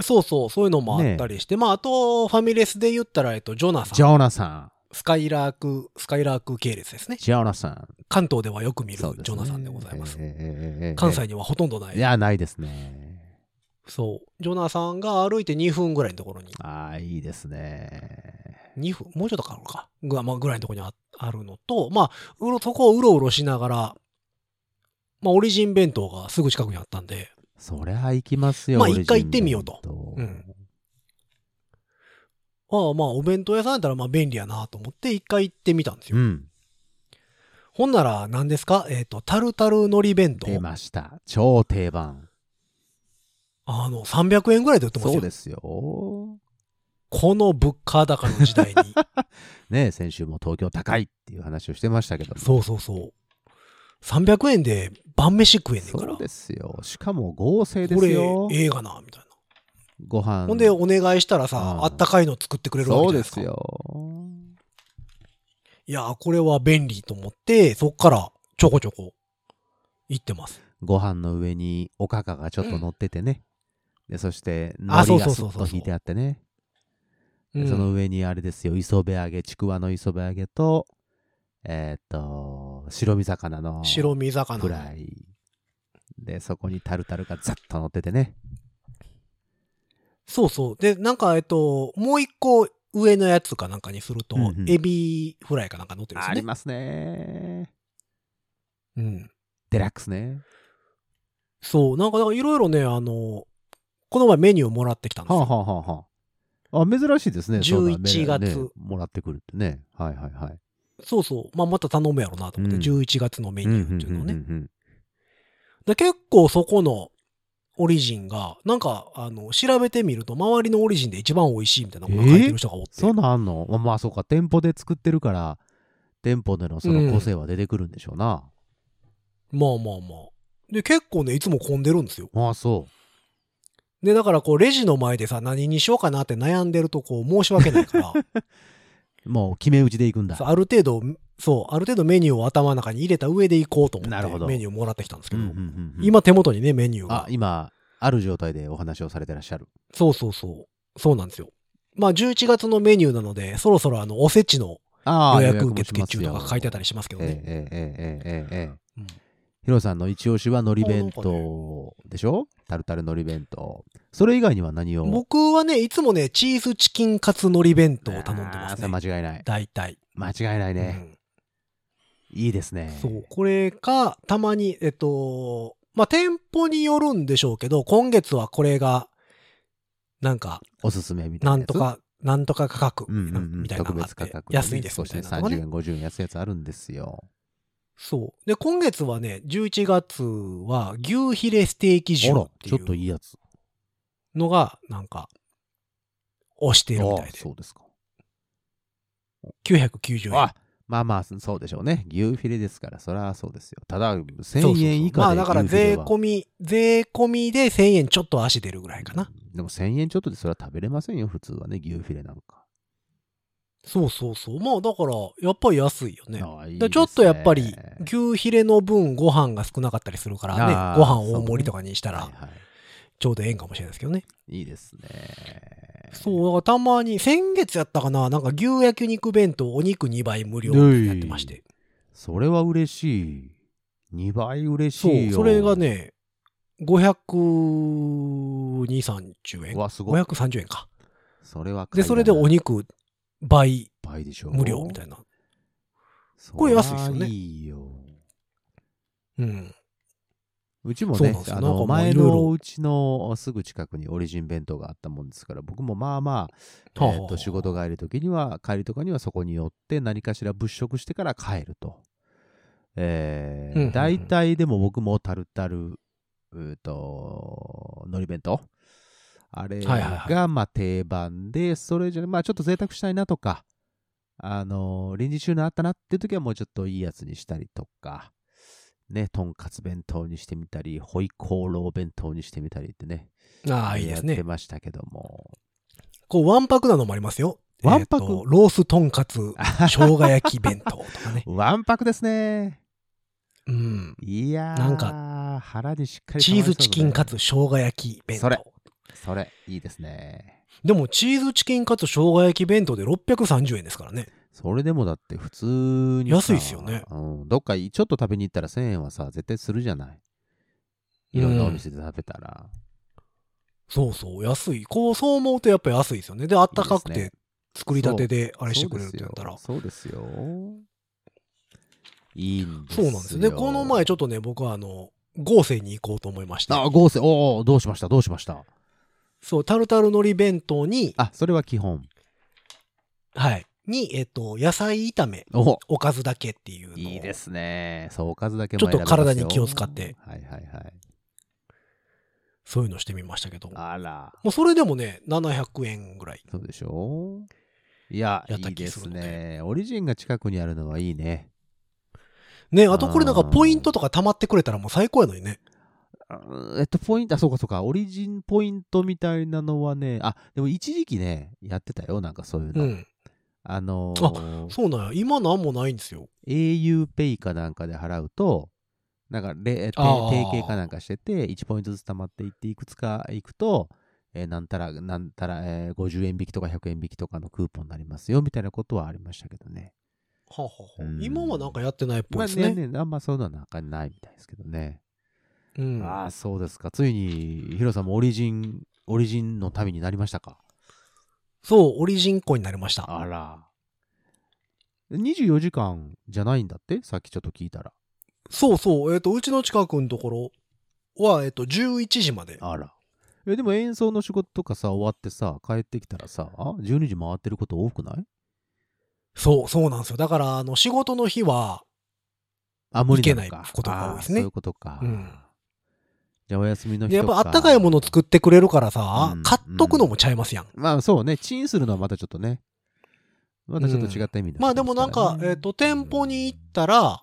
[SPEAKER 2] そうそう、そういうのもあったりして、まああと、ファミレスで言ったら、えっと、ジョナ
[SPEAKER 3] ジ
[SPEAKER 2] サン、
[SPEAKER 3] ョナサン。
[SPEAKER 2] スカイラーク、スカイラーク系列ですね。
[SPEAKER 3] ジョナサン。
[SPEAKER 2] 関東ではよく見るジ
[SPEAKER 3] そうですね
[SPEAKER 2] ョナサンでございます。
[SPEAKER 3] えーえーえー
[SPEAKER 2] 関西にはほとんどない
[SPEAKER 3] い。や、ないですね。
[SPEAKER 2] そう。ジョナサンが歩いて2分ぐらいのところに、
[SPEAKER 3] ああ、いいですね。
[SPEAKER 2] 2分、もうちょっとかかるか。ぐら,、まあ、ぐらいのところにああるのと、まあ、うろ、そこをうろうろしながら、まあ、オリジン弁当がすぐ近くにあったんで、
[SPEAKER 3] そりゃ行きますよ。
[SPEAKER 2] まあ
[SPEAKER 3] オリジン
[SPEAKER 2] 一回行ってみようと
[SPEAKER 3] 弁当
[SPEAKER 2] うんああまあ、お弁当屋さんやったらまあ便利やなと思って一回行ってみたんですよ。
[SPEAKER 3] うん。
[SPEAKER 2] ほんなら何ですかえっ、と、タルタルのり弁当。
[SPEAKER 3] 出ました。超定番。
[SPEAKER 2] あの、300円ぐらいで売ってます
[SPEAKER 3] そう
[SPEAKER 2] よ。
[SPEAKER 3] ですよ。
[SPEAKER 2] この物価高の時代 に。
[SPEAKER 3] ね先週も東京高いっていう話をしてましたけども
[SPEAKER 2] そうそうそう。300円で晩飯食えんねんから。
[SPEAKER 3] そうですよ。しかも合成で
[SPEAKER 2] こ
[SPEAKER 3] す
[SPEAKER 2] れ
[SPEAKER 3] よ、。
[SPEAKER 2] ええがな、みたいな。
[SPEAKER 3] ご飯。
[SPEAKER 2] ほんで、お願いしたらさ、
[SPEAKER 3] うん
[SPEAKER 2] あったかいの作ってくれるわけじゃ
[SPEAKER 3] そう
[SPEAKER 2] ない
[SPEAKER 3] で
[SPEAKER 2] ですか。
[SPEAKER 3] すよ。
[SPEAKER 2] いやー、これは便利と思って、そっからちょこちょこ行ってます。
[SPEAKER 3] ご飯の上におかかがちょっと乗っててね。でそして、
[SPEAKER 2] あ
[SPEAKER 3] 海
[SPEAKER 2] そうそ
[SPEAKER 3] 苔が
[SPEAKER 2] う
[SPEAKER 3] ス
[SPEAKER 2] そう
[SPEAKER 3] ッ
[SPEAKER 2] そう
[SPEAKER 3] と引いてあってね。
[SPEAKER 2] う
[SPEAKER 3] で
[SPEAKER 2] ん
[SPEAKER 3] その上にあれですよ、磯辺揚げ、ちくわの磯辺揚げと、えーっと、白身魚の
[SPEAKER 2] 白身魚
[SPEAKER 3] フライ。で、そこにタルタルがザッと乗っててね。
[SPEAKER 2] そうそう。で、なんか、えっと、もう一個上のやつかなんかにすると、
[SPEAKER 3] うんうん
[SPEAKER 2] エビフライかなんか乗ってるんです
[SPEAKER 3] あ
[SPEAKER 2] よ
[SPEAKER 3] り
[SPEAKER 2] ね。
[SPEAKER 3] ますね。
[SPEAKER 2] うん。
[SPEAKER 3] デラックスね。
[SPEAKER 2] そう。なんか、いろいろね、あの、この前メニューもらってきたんです
[SPEAKER 3] はあ、
[SPEAKER 2] よ。
[SPEAKER 3] はあはあはあ、あ珍しいですね。
[SPEAKER 2] 11
[SPEAKER 3] そんなメールね
[SPEAKER 2] 月
[SPEAKER 3] もらってくるってね。はいはいはい。
[SPEAKER 2] そうそう。まあ、また頼むやろなと思って、
[SPEAKER 3] うん
[SPEAKER 2] 11月のメニューっていうのをね。
[SPEAKER 3] うんうんうんうん
[SPEAKER 2] で結構そこのオリジンが、なんか、あの、調べてみると、周りのオリジンで一番美味しいみたいなこと書いてる人がおって。
[SPEAKER 3] そんなんあんのまあまあそうか、店舗で作ってるから、店舗でのそ
[SPEAKER 2] うん
[SPEAKER 3] の個性は出てくるんでしょうな。
[SPEAKER 2] まあまあまあ。で、結構ね、いつも混んでるんですよ。
[SPEAKER 3] ああ、そ
[SPEAKER 2] で、だからこう、レジの前でさ、何にしようかなって悩んでると、こう、申し訳ない から、
[SPEAKER 3] う。もう決め打ちでいくんだ
[SPEAKER 2] そう。ある程度、そう、ある程度メニューを頭の中に入れた上で行こうと思
[SPEAKER 3] なる
[SPEAKER 2] っ
[SPEAKER 3] ほ
[SPEAKER 2] て、
[SPEAKER 3] ど
[SPEAKER 2] メニューもらってきたんですけど、
[SPEAKER 3] うんうんうんうん
[SPEAKER 2] 今手元にね、メニュー
[SPEAKER 3] あ
[SPEAKER 2] が、。
[SPEAKER 3] 今、ある状態でお話をされてらっしゃる。
[SPEAKER 2] そうそうそう。そうなんですよ。まあ、11月のメニューなので、そろそろあの、おせちの
[SPEAKER 3] あ
[SPEAKER 2] 予
[SPEAKER 3] あ、
[SPEAKER 2] 約受付中とか書いてあった
[SPEAKER 3] り。
[SPEAKER 2] りしますけど
[SPEAKER 3] ええ
[SPEAKER 2] ね。
[SPEAKER 3] ええええええええ。
[SPEAKER 2] うん
[SPEAKER 3] ヒロさんの一押しは海苔弁
[SPEAKER 2] あなんか
[SPEAKER 3] 当でしょタルタル海苔弁当。それ以外には何を
[SPEAKER 2] 僕はね、いつもね、チーズチキンカツ海苔弁当を頼んでますね。
[SPEAKER 3] あーそれ間違いない。
[SPEAKER 2] 大体。
[SPEAKER 3] 間違いないね。いいです
[SPEAKER 2] うん
[SPEAKER 3] ね。
[SPEAKER 2] そう。これか、たまに、えっと、まあ、店舗によるんでしょうけど、今月はこれが、なんか、
[SPEAKER 3] おすすめみたいな
[SPEAKER 2] な
[SPEAKER 3] やつ。
[SPEAKER 2] んとか、なんとか価格、
[SPEAKER 3] うんうんうん、
[SPEAKER 2] みたいなの
[SPEAKER 3] 特
[SPEAKER 2] があっ
[SPEAKER 3] 別
[SPEAKER 2] て
[SPEAKER 3] 価格、
[SPEAKER 2] 安いです
[SPEAKER 3] そ
[SPEAKER 2] み
[SPEAKER 3] したて
[SPEAKER 2] いなのが
[SPEAKER 3] 30
[SPEAKER 2] ね。
[SPEAKER 3] 円、50円安いやつあるんですよ。
[SPEAKER 2] そう。で、今月はね、11月は牛ヒレステーキ
[SPEAKER 3] あ
[SPEAKER 2] 重
[SPEAKER 3] ら
[SPEAKER 2] っ、て
[SPEAKER 3] ちょっと
[SPEAKER 2] いう
[SPEAKER 3] いいやつ。
[SPEAKER 2] のが、なんか、押してるみた
[SPEAKER 3] あ
[SPEAKER 2] いで、
[SPEAKER 3] そうですか。
[SPEAKER 2] 990円。
[SPEAKER 3] あまあまあ、そうでしょうね。牛フィレですから、そりゃそうですよ。ただ、1000円以
[SPEAKER 2] ま
[SPEAKER 3] 下
[SPEAKER 2] あ
[SPEAKER 3] で牛フィレは。
[SPEAKER 2] だから税込み、税込みで1000円ちょっと足出るぐらいかな。
[SPEAKER 3] でも1000円ちょっとでそれは食べれませんよ、普通はね、牛フィレなんか。
[SPEAKER 2] そうそうそう。まあだから、やっぱり安いよね。
[SPEAKER 3] ああいいです
[SPEAKER 2] で
[SPEAKER 3] ね
[SPEAKER 2] ちょっとやっぱり、牛ヒレの分ご飯が少なかったりするからね
[SPEAKER 3] あ、ー
[SPEAKER 2] ご飯大盛りとかにした
[SPEAKER 3] は
[SPEAKER 2] ら
[SPEAKER 3] いは
[SPEAKER 2] ちょうどええんかもしれないですけどね。
[SPEAKER 3] い、いいですね。
[SPEAKER 2] そう、だからたまに、先月やったかな、なんか牛焼肉弁当お肉2倍無料
[SPEAKER 3] うい
[SPEAKER 2] やってまして。
[SPEAKER 3] それは嬉しい。2倍嬉
[SPEAKER 2] そ、
[SPEAKER 3] しいうよ。
[SPEAKER 2] それが。ね、520、30
[SPEAKER 3] う
[SPEAKER 2] 円。
[SPEAKER 3] わ、すごい。
[SPEAKER 2] 530円か。
[SPEAKER 3] それは買い
[SPEAKER 2] で、
[SPEAKER 3] だな
[SPEAKER 2] それでお肉倍
[SPEAKER 3] 倍でしょ。
[SPEAKER 2] 無料みたいな。
[SPEAKER 3] そ
[SPEAKER 2] これ
[SPEAKER 3] りゃ
[SPEAKER 2] 安いですよね
[SPEAKER 3] いいよ。
[SPEAKER 2] うん。
[SPEAKER 3] うちも
[SPEAKER 2] そうなん
[SPEAKER 3] ね
[SPEAKER 2] です、よ
[SPEAKER 3] あ
[SPEAKER 2] なんか
[SPEAKER 3] の
[SPEAKER 2] まあ
[SPEAKER 3] 前
[SPEAKER 2] いろいろ
[SPEAKER 3] のうちのすぐ近くにオリジン弁当があったもんですから、僕もまあまあ、
[SPEAKER 2] はあはあ
[SPEAKER 3] えーと仕事帰る時には、帰りとかにはそこに寄って何かしら物色してから帰ると。えー
[SPEAKER 2] うんうんうん
[SPEAKER 3] 大体でも僕もタルタル、うーと、海苔弁当あれ
[SPEAKER 2] はいはい
[SPEAKER 3] がまあ定番で、それじゃ、まあちょっと贅沢したいなとか、あのー臨時収納あったなっていう時はもうちょっといいやつにしたりとか、ね、とんかつ弁当にしてみたり、ホイコーロー弁当にしてみたりってね。
[SPEAKER 2] ああ、いいです
[SPEAKER 3] やって
[SPEAKER 2] ね。
[SPEAKER 3] ましたけども。
[SPEAKER 2] こう、わんぱくなのもありますよ。
[SPEAKER 3] わんぱく。
[SPEAKER 2] えーとロースとんかつ、生姜焼き弁当とかね
[SPEAKER 3] わんぱくですね。
[SPEAKER 2] うん。
[SPEAKER 3] いやー、
[SPEAKER 2] なん
[SPEAKER 3] か腹にしっかり
[SPEAKER 2] チーズチキンカ
[SPEAKER 3] か
[SPEAKER 2] ツ、生姜焼き弁
[SPEAKER 3] それ
[SPEAKER 2] 当。
[SPEAKER 3] それ、いいですね。
[SPEAKER 2] でも、チーズチキンカツ、生姜焼き弁当で630円ですからね。
[SPEAKER 3] それでもだって普通にさ。
[SPEAKER 2] 安いっすよね
[SPEAKER 3] うん。どっかちょっと食べに行ったら1000円はさ、絶対するじゃない。いろんなお店で食べたら。
[SPEAKER 2] そうそう、安い。こう、そう思うとやっぱり安いですよね。で、あったかく
[SPEAKER 3] いいです
[SPEAKER 2] て、作りたてであれしてくれるって
[SPEAKER 3] そ
[SPEAKER 2] な
[SPEAKER 3] う
[SPEAKER 2] ったら。
[SPEAKER 3] そうですよ。そうですよいいんです
[SPEAKER 2] そう
[SPEAKER 3] よ。
[SPEAKER 2] なんですよ。で、この前ちょっとね、僕はあの、豪勢に行こうと思いまして。
[SPEAKER 3] あ、合成。おお、どうしましたどうしました
[SPEAKER 2] そう、タルタルのり弁当に、
[SPEAKER 3] あ、それは基本。
[SPEAKER 2] はい。に、えっと、野菜炒め、
[SPEAKER 3] お
[SPEAKER 2] おかずだけっていうのを
[SPEAKER 3] いいですね。そう、おかずだけも
[SPEAKER 2] ちょっと
[SPEAKER 3] 選べますよ
[SPEAKER 2] 体に気を使って。
[SPEAKER 3] はいはいはい。
[SPEAKER 2] そういうのしてみましたけど。も
[SPEAKER 3] あら、
[SPEAKER 2] うそれでもね、700円ぐらい。
[SPEAKER 3] そうでしょいや、
[SPEAKER 2] や
[SPEAKER 3] い
[SPEAKER 2] った
[SPEAKER 3] い
[SPEAKER 2] 気
[SPEAKER 3] ですす
[SPEAKER 2] るので
[SPEAKER 3] ね。オリジンが近くにあるのはいいね。
[SPEAKER 2] ね、あとこれなんか
[SPEAKER 3] あー
[SPEAKER 2] ポイントとか貯まってくれたらもう最高やのにね。
[SPEAKER 3] あえっと、ポイント、あ、そうかそうか、オリジンポイントみたいなのはね、あ、でも一時期ね、やってたよ、なんかそういう
[SPEAKER 2] う
[SPEAKER 3] の。
[SPEAKER 2] ん。
[SPEAKER 3] あのー
[SPEAKER 2] そうなんや。今なんもないんですよ。
[SPEAKER 3] auPay かなんかで払うと、なんかれ、えて
[SPEAKER 2] あー
[SPEAKER 3] 提携かなんかしてて、1ポイントずつ貯まっていって、いくつか行くと、えーなんたら、なんたら、えー50円引きとか100円引きとかのクーポンになりますよ、みたいなことはありましたけどね。
[SPEAKER 2] はあはあはあ
[SPEAKER 3] うん
[SPEAKER 2] 今はなんかやってないっぽい
[SPEAKER 3] まあ
[SPEAKER 2] ですね。
[SPEAKER 3] ね、ねあんまそういうのはなんかないみたいですけどね。
[SPEAKER 2] うん。
[SPEAKER 3] ああ、そうですか。ついに、ヒロさんもオリジン、オリジンの民になりましたか
[SPEAKER 2] そう、オリジン校になりました。
[SPEAKER 3] あら。24時間じゃないんだってさっきちょっと聞いたら。
[SPEAKER 2] そうそう、えっ、と、うちの近くのところは、えっ、と、11時まで。
[SPEAKER 3] あら。え、でも演奏の仕事とかさ、終わってさ、帰ってきたらさ、あ12時回ってること多くない
[SPEAKER 2] そう、そうなんですよ。だから、あの、仕事の日は、
[SPEAKER 3] あ、無理
[SPEAKER 2] いけ
[SPEAKER 3] の
[SPEAKER 2] な
[SPEAKER 3] か
[SPEAKER 2] いことが多いですね
[SPEAKER 3] あーそういうことか。
[SPEAKER 2] うん
[SPEAKER 3] じゃあお休みの日
[SPEAKER 2] でやっ
[SPEAKER 3] とか。
[SPEAKER 2] ぱあったかいもの作ってくれるからさ、
[SPEAKER 3] うん
[SPEAKER 2] 買っとくのもちゃいますやん。
[SPEAKER 3] まあそうね、チンするのはまたちょっとね。またちょっと違った意味になって
[SPEAKER 2] まあでもなんか、えっ、と、店舗に行っ、たら、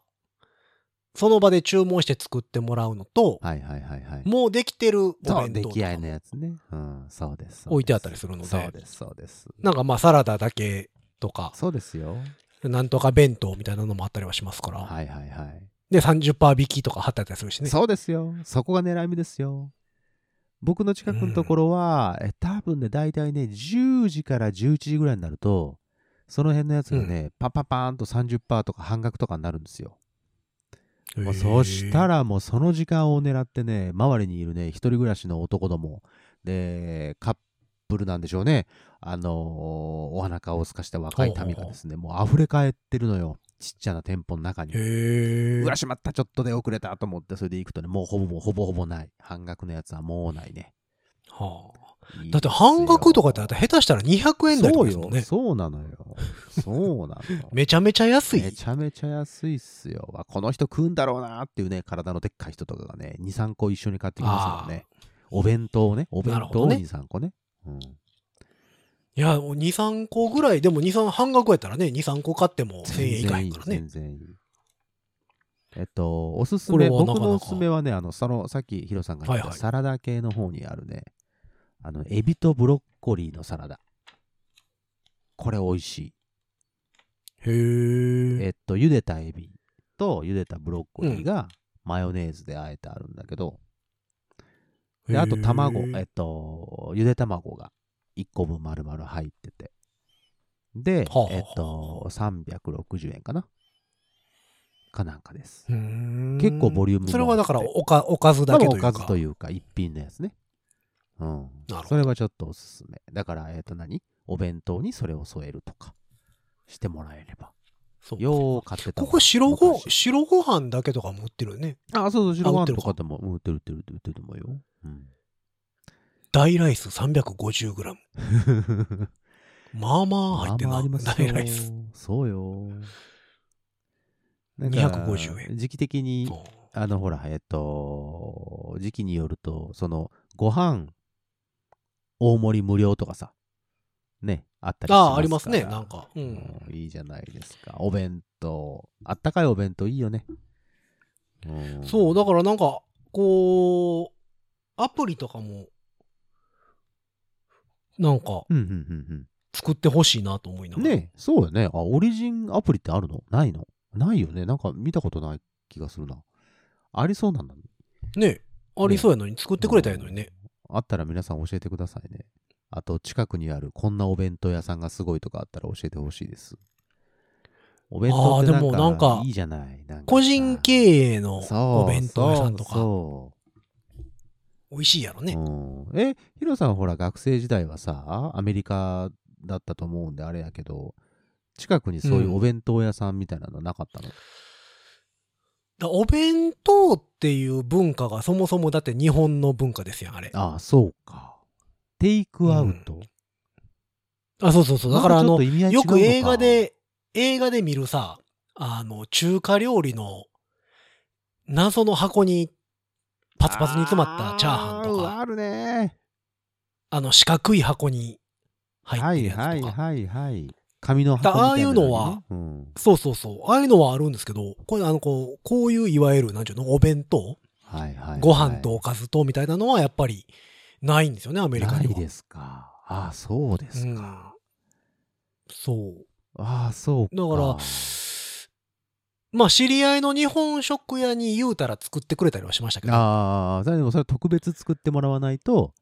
[SPEAKER 2] その場で注文して作ってもらうのと、
[SPEAKER 3] はいはいはいはい。
[SPEAKER 2] もうできてるお
[SPEAKER 3] そ
[SPEAKER 2] 弁
[SPEAKER 3] う、出
[SPEAKER 2] 当と
[SPEAKER 3] 来合
[SPEAKER 2] か
[SPEAKER 3] いのやつね。うん、そうです。そうです
[SPEAKER 2] 置いてあったりするので
[SPEAKER 3] そうです、そうです。
[SPEAKER 2] なんかまあサラダだけとか、
[SPEAKER 3] そうですよ。
[SPEAKER 2] なんとか弁当みたいなのもあったりはしますから。
[SPEAKER 3] はいはいはい。
[SPEAKER 2] で、30%引きとか貼ってあったりするしね。
[SPEAKER 3] そうですよ。そこが狙い目ですよ。僕の近くのところは、え多分ね、大体ね、10時から11時ぐらいになると、その辺のやつがね、パパパーンと30%とか半額とかになるんですよ。もうそした
[SPEAKER 2] ら、
[SPEAKER 3] らもうその時間を狙ってね、周りにいるね、一人暮らしの男ども、で、カップルなんでしょうね、あのーお腹をすかした若い民がですね、もう溢れ返ってるのよ、ちっちゃな店舗の中に。
[SPEAKER 2] へえ
[SPEAKER 3] う。わ、しまった、ちょっとで遅れたと思って、それで行くとね、もうほぼほぼほぼない。半額のやつはもうないね。
[SPEAKER 2] はあだって半額とかってあ
[SPEAKER 3] っ
[SPEAKER 2] ったら下手したら200円台とかですもんね。
[SPEAKER 3] そうよ。そうなのよ。そうな の。
[SPEAKER 2] めちゃめちゃ安い。
[SPEAKER 3] めちゃめちゃ安いっすよ。わこの人食うんだろうなっていうね、体のでっかい人とかがね、2、3個一緒に買ってきますもんね。お弁当をね、お
[SPEAKER 2] な
[SPEAKER 3] 弁
[SPEAKER 2] るほ
[SPEAKER 3] 当
[SPEAKER 2] ど
[SPEAKER 3] を
[SPEAKER 2] ね
[SPEAKER 3] 2、3個ね。うん、
[SPEAKER 2] いや、もう2、3個ぐらい、でも2、3、半額やったらね、2、3個買っても1000円いかへんからね
[SPEAKER 3] 全。然いい。えっと、おすす
[SPEAKER 2] こ
[SPEAKER 3] め、
[SPEAKER 2] れはなかなか
[SPEAKER 3] 僕のおすすめはね、あの、その、さっきヒロさんが言っ
[SPEAKER 2] はい
[SPEAKER 3] た
[SPEAKER 2] はい
[SPEAKER 3] サラダ系の方にあるね、あの、エビとブロッコリーのサラダ。これ美味しい。
[SPEAKER 2] へえ。
[SPEAKER 3] えっと、茹でたエビと茹でたブロッコリーがマヨネーズで和えてあるんだけど、で、あと卵、えっと、ゆで卵が1個分丸々入ってて。で、
[SPEAKER 2] はあはあ
[SPEAKER 3] えっと、360円かな。かなんかです。
[SPEAKER 2] 結
[SPEAKER 3] 結構ボリュームも
[SPEAKER 2] それはだから
[SPEAKER 3] あって
[SPEAKER 2] おかおかずだ
[SPEAKER 3] 多
[SPEAKER 2] けとい
[SPEAKER 3] 分お
[SPEAKER 2] う
[SPEAKER 3] か
[SPEAKER 2] か
[SPEAKER 3] ずというか、一品のやつね。うん
[SPEAKER 2] なるほど。
[SPEAKER 3] それはちょっとおすすめ。だから、えっ、と何お弁当にそれを添えるとか、してもらえれば。
[SPEAKER 2] そう
[SPEAKER 3] よう買ってた
[SPEAKER 2] こ
[SPEAKER 3] わ。
[SPEAKER 2] こ白ご
[SPEAKER 3] 昔
[SPEAKER 2] 白ご飯だけとかも売ってるよね
[SPEAKER 3] あ、そうそう、白ご
[SPEAKER 2] あ売っ
[SPEAKER 3] 飯
[SPEAKER 2] てる
[SPEAKER 3] と
[SPEAKER 2] か
[SPEAKER 3] かでも、うん売ってる売ってる売ってると思うよ。うん。
[SPEAKER 2] 大ライス 350g まあまあ入ってん
[SPEAKER 3] ま
[SPEAKER 2] な
[SPEAKER 3] あまあありますよ
[SPEAKER 2] 大ライス。
[SPEAKER 3] そうよ。なん
[SPEAKER 2] 250円
[SPEAKER 3] 時期的に、あの、ほら、えっと、時期によると、その、ご飯、大盛り無料とかさ、ね、あったりしますから
[SPEAKER 2] ああありますねなんかうん
[SPEAKER 3] ういいじゃないですか。お弁当、あったかいお弁当いいよね。うん
[SPEAKER 2] そうだからなんかこうアプリとかもなんか
[SPEAKER 3] うんうんうん
[SPEAKER 2] 作ってほしいなと思いな
[SPEAKER 3] うん。
[SPEAKER 2] がら、
[SPEAKER 3] ねそうよね。あ、オリジンアプリってあるのないのないよね。なんか見たことない気がするな。ありそうなんだ、ね。
[SPEAKER 2] ねありそうやのに作ってくれたやのにね
[SPEAKER 3] うん。あったら皆さん教えてくださいね。あと、近くにあるこんなお弁当屋さんがすごいとかあったら教えてほしいです。お弁当って
[SPEAKER 2] あーでも
[SPEAKER 3] なん
[SPEAKER 2] なん
[SPEAKER 3] か
[SPEAKER 2] か
[SPEAKER 3] いいじゃない。なんかさ
[SPEAKER 2] 個人経営の
[SPEAKER 3] そう
[SPEAKER 2] お弁当屋さんとか
[SPEAKER 3] そう
[SPEAKER 2] 美味しいやろ
[SPEAKER 3] そう
[SPEAKER 2] ね、
[SPEAKER 3] うんえ、ヒロさんほら学生時代はさ、アメリカだったと思うんであれやけど、近くにそういうお弁当屋さんみたいなのなかったの、
[SPEAKER 2] だお弁当っていう文化がそもそもだって日本の文化ですやんあれ
[SPEAKER 3] ああ、そうか。テイクアウト。
[SPEAKER 2] あそうそうそうだからあ
[SPEAKER 3] なん
[SPEAKER 2] の
[SPEAKER 3] ちょっと意味合い違う
[SPEAKER 2] よ
[SPEAKER 3] のか
[SPEAKER 2] く映画、で映画で見るさあの中華料理の謎の箱にパツパツに詰まったチャーハンと
[SPEAKER 3] あ
[SPEAKER 2] か
[SPEAKER 3] ーあるね。
[SPEAKER 2] あの四角い箱に入
[SPEAKER 3] は
[SPEAKER 2] って
[SPEAKER 3] い
[SPEAKER 2] るやつとか、
[SPEAKER 3] はいはいはい。紙の箱みたいな、
[SPEAKER 2] だああいうのは、
[SPEAKER 3] うん、
[SPEAKER 2] そうそうそうああいうのはあるんですけどこれあのこうこういういわゆるなんていうのお弁当
[SPEAKER 3] はいはい、はい。
[SPEAKER 2] ご飯とおかずとみたいなのはやっぱりないんですよねアメリカ
[SPEAKER 3] な
[SPEAKER 2] に
[SPEAKER 3] い
[SPEAKER 2] は。
[SPEAKER 3] ですか。ああ、そうです
[SPEAKER 2] うん
[SPEAKER 3] か。
[SPEAKER 2] そう
[SPEAKER 3] ああ、そうか。
[SPEAKER 2] だからまあ知り合いの日本食屋に言うたら作ってくれたりはしましたけど
[SPEAKER 3] ああ、それでもそれ特別作ってもらわないと、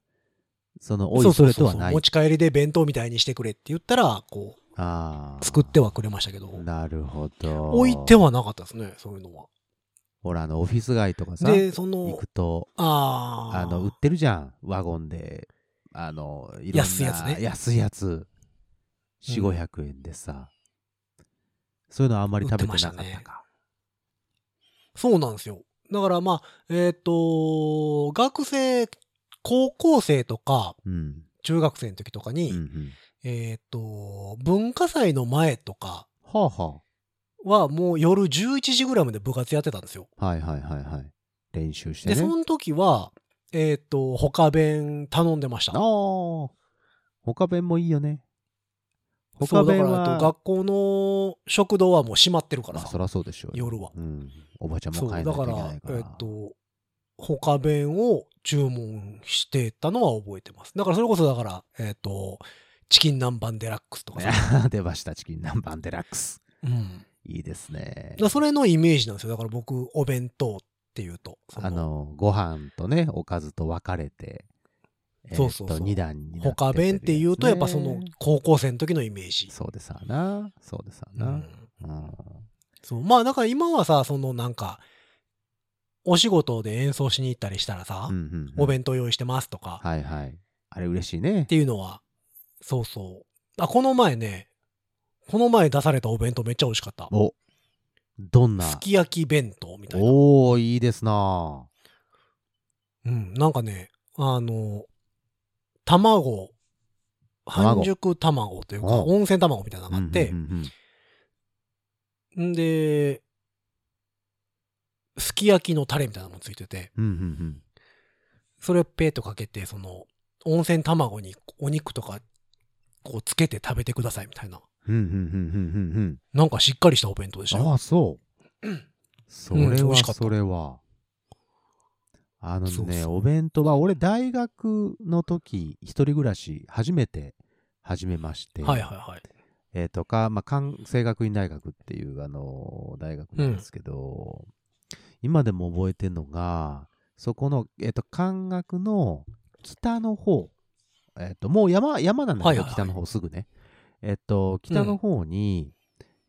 [SPEAKER 3] その、お
[SPEAKER 2] そ
[SPEAKER 3] いうそ
[SPEAKER 2] そう
[SPEAKER 3] れ
[SPEAKER 2] そ
[SPEAKER 3] と
[SPEAKER 2] う
[SPEAKER 3] はない。
[SPEAKER 2] 持ち帰りで弁当みたいにしてくれって言ったらこ
[SPEAKER 3] ああ。
[SPEAKER 2] う作ってはくれましたけど
[SPEAKER 3] なるほど。
[SPEAKER 2] 置いてはなかったですねそういうのは。
[SPEAKER 3] ほら、あの、オフィス街とかさ、
[SPEAKER 2] でそ
[SPEAKER 3] 行
[SPEAKER 2] の
[SPEAKER 3] くと、
[SPEAKER 2] ああ
[SPEAKER 3] あの、売ってるじゃん。ワゴンで、あの、いろんな
[SPEAKER 2] 安いやつね
[SPEAKER 3] 安いやつ。4、
[SPEAKER 2] うん
[SPEAKER 3] 500円でさ。そういうのあんまり食べてな
[SPEAKER 2] 売
[SPEAKER 3] か
[SPEAKER 2] って
[SPEAKER 3] っ
[SPEAKER 2] ましたたね
[SPEAKER 3] か。
[SPEAKER 2] そうなんですよだからまあえっ、と学生高校生とか
[SPEAKER 3] うん。
[SPEAKER 2] 中学生の時とかに、
[SPEAKER 3] うんうん。
[SPEAKER 2] えっ、と文化祭の前とか
[SPEAKER 3] はあは
[SPEAKER 2] はもう夜11時ぐらいまで部活やってたんですよ。
[SPEAKER 3] あ。はいはいはいはい。練習して
[SPEAKER 2] で、
[SPEAKER 3] ね。
[SPEAKER 2] その時は、えっ、と、他弁頼んでました。
[SPEAKER 3] ああ。他弁もいいよね。
[SPEAKER 2] そ
[SPEAKER 3] 他
[SPEAKER 2] うだか
[SPEAKER 3] 弁
[SPEAKER 2] ら、えっと
[SPEAKER 3] は。
[SPEAKER 2] 学校の食堂はもう閉まってるから
[SPEAKER 3] あ
[SPEAKER 2] さ
[SPEAKER 3] そ、らそうでしょうよ。
[SPEAKER 2] 夜は。
[SPEAKER 3] うん。おばちゃん
[SPEAKER 2] そ
[SPEAKER 3] も
[SPEAKER 2] う、
[SPEAKER 3] 買え
[SPEAKER 2] だ
[SPEAKER 3] ない
[SPEAKER 2] か
[SPEAKER 3] といけ
[SPEAKER 2] ら
[SPEAKER 3] ない、か
[SPEAKER 2] えっ、
[SPEAKER 3] ら。
[SPEAKER 2] と、他弁を注文してたのは覚えてます。だから、それこそだから、えっ、と、チキン南蛮デラックスとかさ、
[SPEAKER 3] 出ました、チキン南蛮デラックス。
[SPEAKER 2] うん。
[SPEAKER 3] いいですね
[SPEAKER 2] だか。らそれのイメージなんですよ。だから僕、お弁当っていうと、そ
[SPEAKER 3] あの、ご飯とね、おかずと分かれて、えーっと
[SPEAKER 2] そうそうそう
[SPEAKER 3] 二段になって
[SPEAKER 2] 他弁っていうと、やっぱその
[SPEAKER 3] ね
[SPEAKER 2] 高校生の時のイメージ。
[SPEAKER 3] そうでさな、そうでさ
[SPEAKER 2] う
[SPEAKER 3] な。
[SPEAKER 2] ん
[SPEAKER 3] うん。
[SPEAKER 2] そう。まあ、だから今はさ、そのなんか、お仕事で演奏しに行ったりしたらさ、
[SPEAKER 3] うんうんうん
[SPEAKER 2] お弁当用意してますとか、っ
[SPEAKER 3] はいはい。あれ嬉しいね
[SPEAKER 2] て。いうのは、そうそう。あ、この前ね、この前出されたお弁当めっちゃ美味しかった。
[SPEAKER 3] お、どんな。
[SPEAKER 2] すき焼き弁当みたいな。
[SPEAKER 3] おー、いいですな
[SPEAKER 2] うん。なんかね、あの、卵、
[SPEAKER 3] 卵
[SPEAKER 2] 半熟卵というか、
[SPEAKER 3] お
[SPEAKER 2] 温泉卵みたいなのがあって
[SPEAKER 3] うん、うんうんうん
[SPEAKER 2] んで、すき焼きのタレみたいなのもついてて、
[SPEAKER 3] うんうん
[SPEAKER 2] それをペーとかけて、その、温泉卵にお肉とか、こうつけて食べてくださいみたいな。
[SPEAKER 3] うん。うんうんうんうんうんうん
[SPEAKER 2] なんかしっかりしたお弁当でした
[SPEAKER 3] うん。あ
[SPEAKER 2] よ。
[SPEAKER 3] あ、そう。そ
[SPEAKER 2] うん
[SPEAKER 3] れ
[SPEAKER 2] 美
[SPEAKER 3] は
[SPEAKER 2] 味しかった
[SPEAKER 3] それは。あのね、
[SPEAKER 2] そうそう
[SPEAKER 3] お弁当は、俺大学の時、一人暮らし初めて始めまして、
[SPEAKER 2] はいはいはい。
[SPEAKER 3] えーとか、まあ、関西学院大学っていう、あのー大学なんですけど、今でも覚えてるのが、そこの、えーと、関学の北の方、えーと、もう山、山なんだ
[SPEAKER 2] は
[SPEAKER 3] け
[SPEAKER 2] い
[SPEAKER 3] ど、
[SPEAKER 2] はいはい
[SPEAKER 3] 北の方すぐね。えっ、と、北の方に、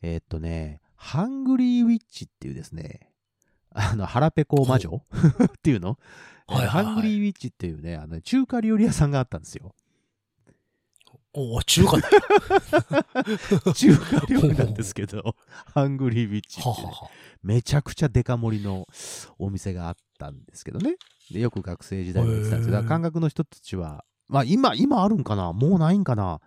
[SPEAKER 3] えーっとね、ハングリーウィッチっていうですね、あの、腹ペコ魔女 っていうの、
[SPEAKER 2] はいはいはい
[SPEAKER 3] ハングリーウィッチっていうね、あの、中華料理屋さんがあったんで すよ。
[SPEAKER 2] おお、中華 だ。
[SPEAKER 3] 中華料理なんですけど、ハングリーウィッチって
[SPEAKER 2] は
[SPEAKER 3] ね、
[SPEAKER 2] はは。
[SPEAKER 3] めちゃくちゃデカ盛りのお店があったんですけどね。で、よく学生時代に行ってたんですけど、
[SPEAKER 2] へー
[SPEAKER 3] 感覚の人たちは、まあ今、今あるんかなもうないんかな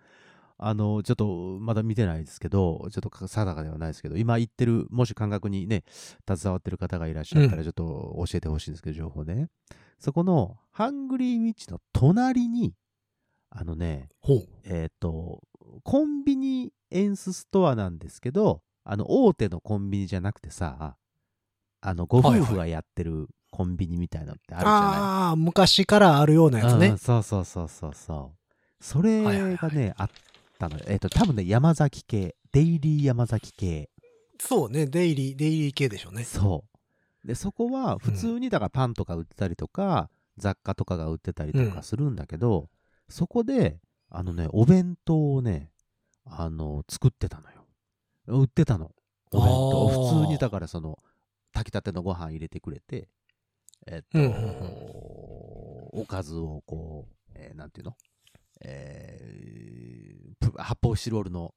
[SPEAKER 3] あの、ちょっとまだ見てないですけど、ちょっとか定かではないですけど、今行ってる、もし感覚にね、携わってる方がいらっしゃったら、ちょっと教えてほしいんですけど、情報ね。そこの、ハングリーウィッチの隣に、あのね、
[SPEAKER 2] ほう。
[SPEAKER 3] えっ、と、コンビニエンスストアなんですけど、あの、大手のコンビニじゃなくてさ、あの、ご夫婦がやってるコンビニみたいなのってあるじゃない、
[SPEAKER 2] ああー、昔からあるようなやつ
[SPEAKER 3] う
[SPEAKER 2] ね
[SPEAKER 3] ん。そうそうそうそうそう。それがね、
[SPEAKER 2] はいはいは
[SPEAKER 3] あったのよ。えっ、と、多分ね、山崎系、デイリー山崎系。
[SPEAKER 2] そうね、デイリー、デイリー系でしょうね。
[SPEAKER 3] そう。で、そこは普通にだからパンとか売ってたりとか、雑貨とかが売ってたりとかするんだけど、そこで、あのね、お弁当をね、あの、作ってたのよ。売ってたの。お弁
[SPEAKER 2] あ
[SPEAKER 3] 当。
[SPEAKER 2] ー
[SPEAKER 3] 普通にだからその、炊きたてのご飯入れてくれて、えっと、
[SPEAKER 2] うんうんうん
[SPEAKER 3] おかずをこう、えーなんていうのえープ発泡スチロールの、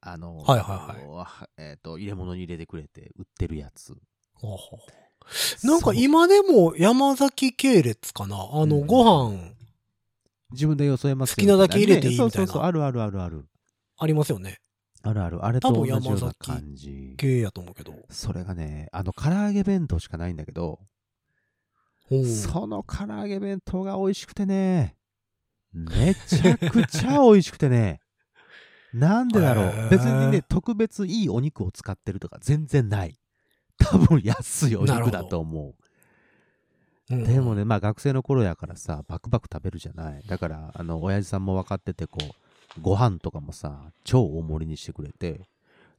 [SPEAKER 3] あの、
[SPEAKER 2] はいはいはい
[SPEAKER 3] はえっ、と、入れ物に入れてくれて売ってるやつ。
[SPEAKER 2] ほうほうなんか今でも山崎系列かな。あの、
[SPEAKER 3] うん
[SPEAKER 2] ご飯
[SPEAKER 3] 自分でよそえますよ
[SPEAKER 2] 好きなだけ入れていい
[SPEAKER 3] ねそう
[SPEAKER 2] みたいな
[SPEAKER 3] そうそう、あるあるあるある。
[SPEAKER 2] ありますよね。
[SPEAKER 3] あるある。あれと
[SPEAKER 2] 多
[SPEAKER 3] 同
[SPEAKER 2] 分
[SPEAKER 3] じよう
[SPEAKER 2] 山
[SPEAKER 3] な
[SPEAKER 2] 崎
[SPEAKER 3] 感じ。
[SPEAKER 2] 系やと思うけど。
[SPEAKER 3] それがね、あの、唐揚げ弁当しかないんだけど、
[SPEAKER 2] ほう
[SPEAKER 3] その唐揚げ弁当が美味しくてね、めちゃくちゃ美味しくてね、 なんでだろ
[SPEAKER 2] へ
[SPEAKER 3] う
[SPEAKER 2] ー。
[SPEAKER 3] 別にね、特別いいお肉を使ってるとか全然ない。多分安いお
[SPEAKER 2] なるほ
[SPEAKER 3] 肉
[SPEAKER 2] ど
[SPEAKER 3] だと思
[SPEAKER 2] うん
[SPEAKER 3] う。でもね、まあ学生の頃やからさ、バクバク食べるじゃない。だから、あの、親父さんも分かってて、こう、ご飯とかもさ、超大盛りにしてくれて、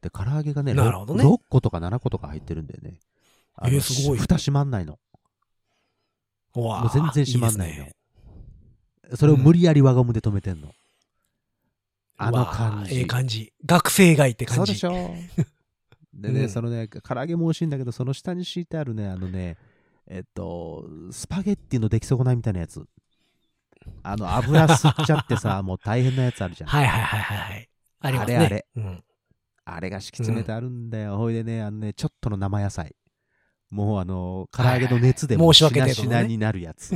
[SPEAKER 3] で、唐揚げがね、
[SPEAKER 2] なるほどね
[SPEAKER 3] 6個とか7個とか入ってるんだよね。あの
[SPEAKER 2] えーすごい
[SPEAKER 3] 蓋閉まんないの。
[SPEAKER 2] うわー
[SPEAKER 3] もう全然閉まんない
[SPEAKER 2] い
[SPEAKER 3] の
[SPEAKER 2] ですね
[SPEAKER 3] それを無理やり輪ゴムで止めてんの。あの
[SPEAKER 2] うわー
[SPEAKER 3] 感じ。
[SPEAKER 2] ええ感じ。学生街って
[SPEAKER 3] そ
[SPEAKER 2] 感
[SPEAKER 3] うで
[SPEAKER 2] じ。
[SPEAKER 3] しょ。でね、
[SPEAKER 2] うん
[SPEAKER 3] そのね、唐揚げも美味しいんだけど、その下に敷いてあるね、あのね、えっと、スパゲッティの出来損ないみたいなやつ。あの、油吸っちゃって さ、もう大変なやつあるじゃん。
[SPEAKER 2] はいはいはいはいはい。ありますね。
[SPEAKER 3] あれあれ
[SPEAKER 2] うん
[SPEAKER 3] あれが敷き詰めてあるんだよ。ほいでね、あのね、ちょっとの生野菜。もうあの、唐揚げの熱で
[SPEAKER 2] はいはい
[SPEAKER 3] も
[SPEAKER 2] は
[SPEAKER 3] う
[SPEAKER 2] い申
[SPEAKER 3] しな
[SPEAKER 2] し
[SPEAKER 3] し
[SPEAKER 2] 訳
[SPEAKER 3] な
[SPEAKER 2] 程度のね
[SPEAKER 3] になる やつ。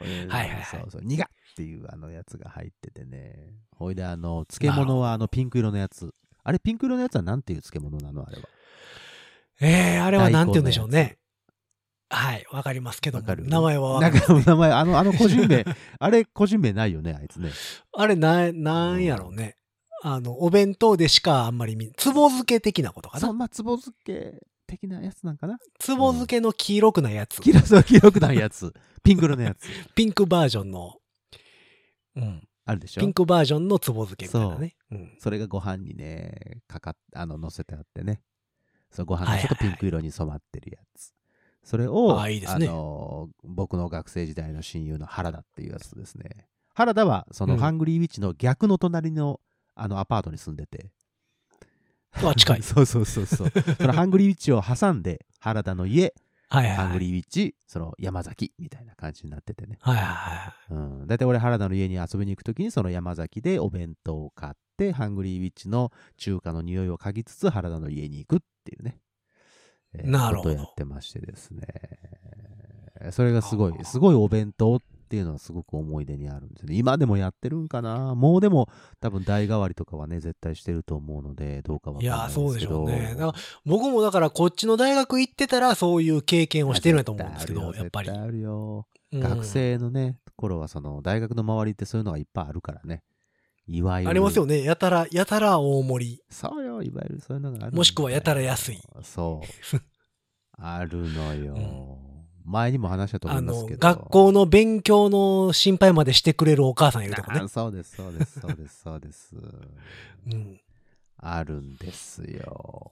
[SPEAKER 3] 俺
[SPEAKER 2] はいはいはい
[SPEAKER 3] そうそう、苦っっていうあのやつが入っててね。ほいであの、漬物はあのピンク色のやつ。あれピンク色のやつはなんていう漬物なのあれは。
[SPEAKER 2] えー、あれはなんて言うんでしょう
[SPEAKER 3] 大根のや
[SPEAKER 2] ね。はい、わかりますけど
[SPEAKER 3] わ
[SPEAKER 2] も
[SPEAKER 3] かる
[SPEAKER 2] 名前はわか
[SPEAKER 3] なん
[SPEAKER 2] る。
[SPEAKER 3] か名前、あの、あの個人 名、あれ個人名ないよね、あいつね。
[SPEAKER 2] あれな、なんやろうね。あの、お弁当でしかあんまり見、つぼ漬け的なことか
[SPEAKER 3] そ
[SPEAKER 2] な。
[SPEAKER 3] んなつぼ漬け的なやつなんかな
[SPEAKER 2] つぼ漬けの黄色くないやつ。
[SPEAKER 3] キラそう、黄色くない やつ。ピンク色のやつ。
[SPEAKER 2] ピンクバージョンの、うん。
[SPEAKER 3] あるでしょ
[SPEAKER 2] ピンクバージョンのつぼ漬けみたいなね。うん。
[SPEAKER 3] それがご飯にね、かかっ、あの、乗せてあってね。そう、ご
[SPEAKER 2] は
[SPEAKER 3] 飯
[SPEAKER 2] い
[SPEAKER 3] が
[SPEAKER 2] はい
[SPEAKER 3] ちょっとピンク色に染まってるやつ。それを、
[SPEAKER 2] あいいですね
[SPEAKER 3] の、僕の学生時代の親友の原田っていうやつとですね。原田は、その、
[SPEAKER 2] うん
[SPEAKER 3] ハングリーウィッチの逆の隣の、あの、アパートに住んでて。
[SPEAKER 2] あ、近 い。
[SPEAKER 3] そうそうそ うそう。その、ハングリーウィッチを挟んで、原田の家、
[SPEAKER 2] はいはい
[SPEAKER 3] ハン
[SPEAKER 2] は
[SPEAKER 3] グ
[SPEAKER 2] い。
[SPEAKER 3] リーウィッチ、その、山崎、みたいな感じになっててね。
[SPEAKER 2] はいはいは
[SPEAKER 3] うん、だいたい俺原田の家に遊びに行くときにその山崎でお弁当を買ってハングリーウィッチの中華の匂いを嗅ぎつつ原田の家に行くっていうね、え
[SPEAKER 2] なるほど
[SPEAKER 3] ことをやってましてですねそれがすごいすごいお弁当っていうのはすごく思い出にあるんですよね今でもやってるんかなもうでも多分代替わりとかはね絶対してると思うのでどうかわ
[SPEAKER 2] い。い
[SPEAKER 3] かん
[SPEAKER 2] や
[SPEAKER 3] な
[SPEAKER 2] ー、
[SPEAKER 3] い
[SPEAKER 2] そうです
[SPEAKER 3] で
[SPEAKER 2] し
[SPEAKER 3] け
[SPEAKER 2] ょ
[SPEAKER 3] ど
[SPEAKER 2] うね。だから僕もだからこっちの大学行ってたらそういう経験をしてるんやと思うんですけ
[SPEAKER 3] い
[SPEAKER 2] ど、
[SPEAKER 3] や
[SPEAKER 2] やっぱり。
[SPEAKER 3] 絶対あるよ
[SPEAKER 2] うん
[SPEAKER 3] 学生のね、頃はその大学の周りってそういうのがいっぱいあるからね。いわゆる。
[SPEAKER 2] ありますよね。やたら、やたら大盛り。
[SPEAKER 3] そうよ、いわゆるそういうのがあるんだよ
[SPEAKER 2] もしくはやたら安い。
[SPEAKER 3] そう。あるのよ、前にも話したと思
[SPEAKER 2] あ
[SPEAKER 3] います
[SPEAKER 2] の、
[SPEAKER 3] けど。
[SPEAKER 2] 学校の勉強の心配までしてくれるお母さんいるとかね
[SPEAKER 3] あ。そうです、そうです、そうです、そうです。
[SPEAKER 2] うん。
[SPEAKER 3] あるんですよ。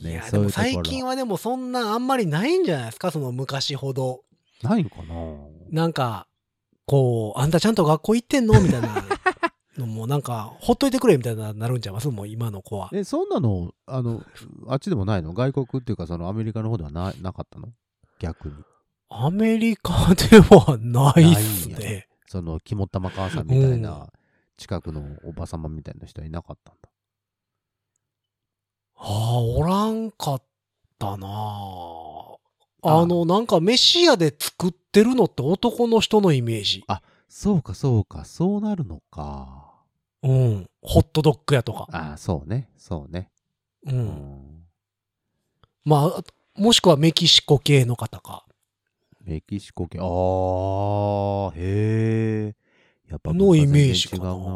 [SPEAKER 2] い
[SPEAKER 3] ね、
[SPEAKER 2] や、で
[SPEAKER 3] そうい
[SPEAKER 2] も
[SPEAKER 3] うところ。
[SPEAKER 2] 最近はでもそんなあんまりないんじゃないですかその昔ほど。
[SPEAKER 3] ないのかな
[SPEAKER 2] なんか、こう、あんたちゃんと学校行ってんのみたいなのもなんか、ほっといてくれみたいななるんちゃいますもう今の子は。
[SPEAKER 3] え、そんなの、あの、あっちでもないの外国っていうか、そのアメリカの方ではななかったの逆に。
[SPEAKER 2] アメリカではないっす
[SPEAKER 3] ないん
[SPEAKER 2] ね。
[SPEAKER 3] その、肝っ玉母さんみたい
[SPEAKER 2] うん
[SPEAKER 3] な、近くのおば様みたいな人はいなかったんだ。
[SPEAKER 2] ああ、おらんかったなあ
[SPEAKER 3] あ
[SPEAKER 2] あの、なんか、飯屋で作ってるのって男の人のイメージ。
[SPEAKER 3] そうか、そうか、そうなるのか。
[SPEAKER 2] うん。ホットドッグ屋とか。
[SPEAKER 3] ああ、そうね、そうね。
[SPEAKER 2] う。
[SPEAKER 3] うんん。
[SPEAKER 2] まあ、もしくはメキシコ系の方か。
[SPEAKER 3] メキシコ系、ああ、へえ。やっぱ
[SPEAKER 2] のイメージかな
[SPEAKER 3] 文化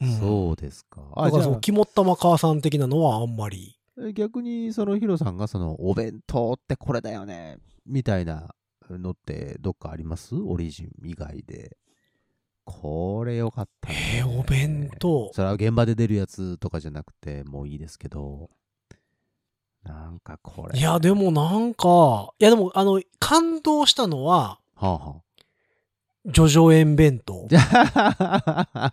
[SPEAKER 3] 全然
[SPEAKER 2] うん
[SPEAKER 3] 違うな。そうですか。あ、
[SPEAKER 2] だか
[SPEAKER 3] じゃ
[SPEAKER 2] らその、肝っ玉母さん的なのはあんまり。
[SPEAKER 3] あ、逆に、そのヒロさんが、その、お弁当ってこれだよね、みたいなのって、どっかありますオリジン以外で。これよかった、ね。
[SPEAKER 2] えーお弁当
[SPEAKER 3] それは現場で出るやつとかじゃなくて、もういいですけど。なんかこれ。
[SPEAKER 2] いや、でもなんか、いやでも、あの、感動したのは、
[SPEAKER 3] はあは
[SPEAKER 2] ジョジョ園弁当。
[SPEAKER 3] あ。
[SPEAKER 2] あ
[SPEAKER 3] ま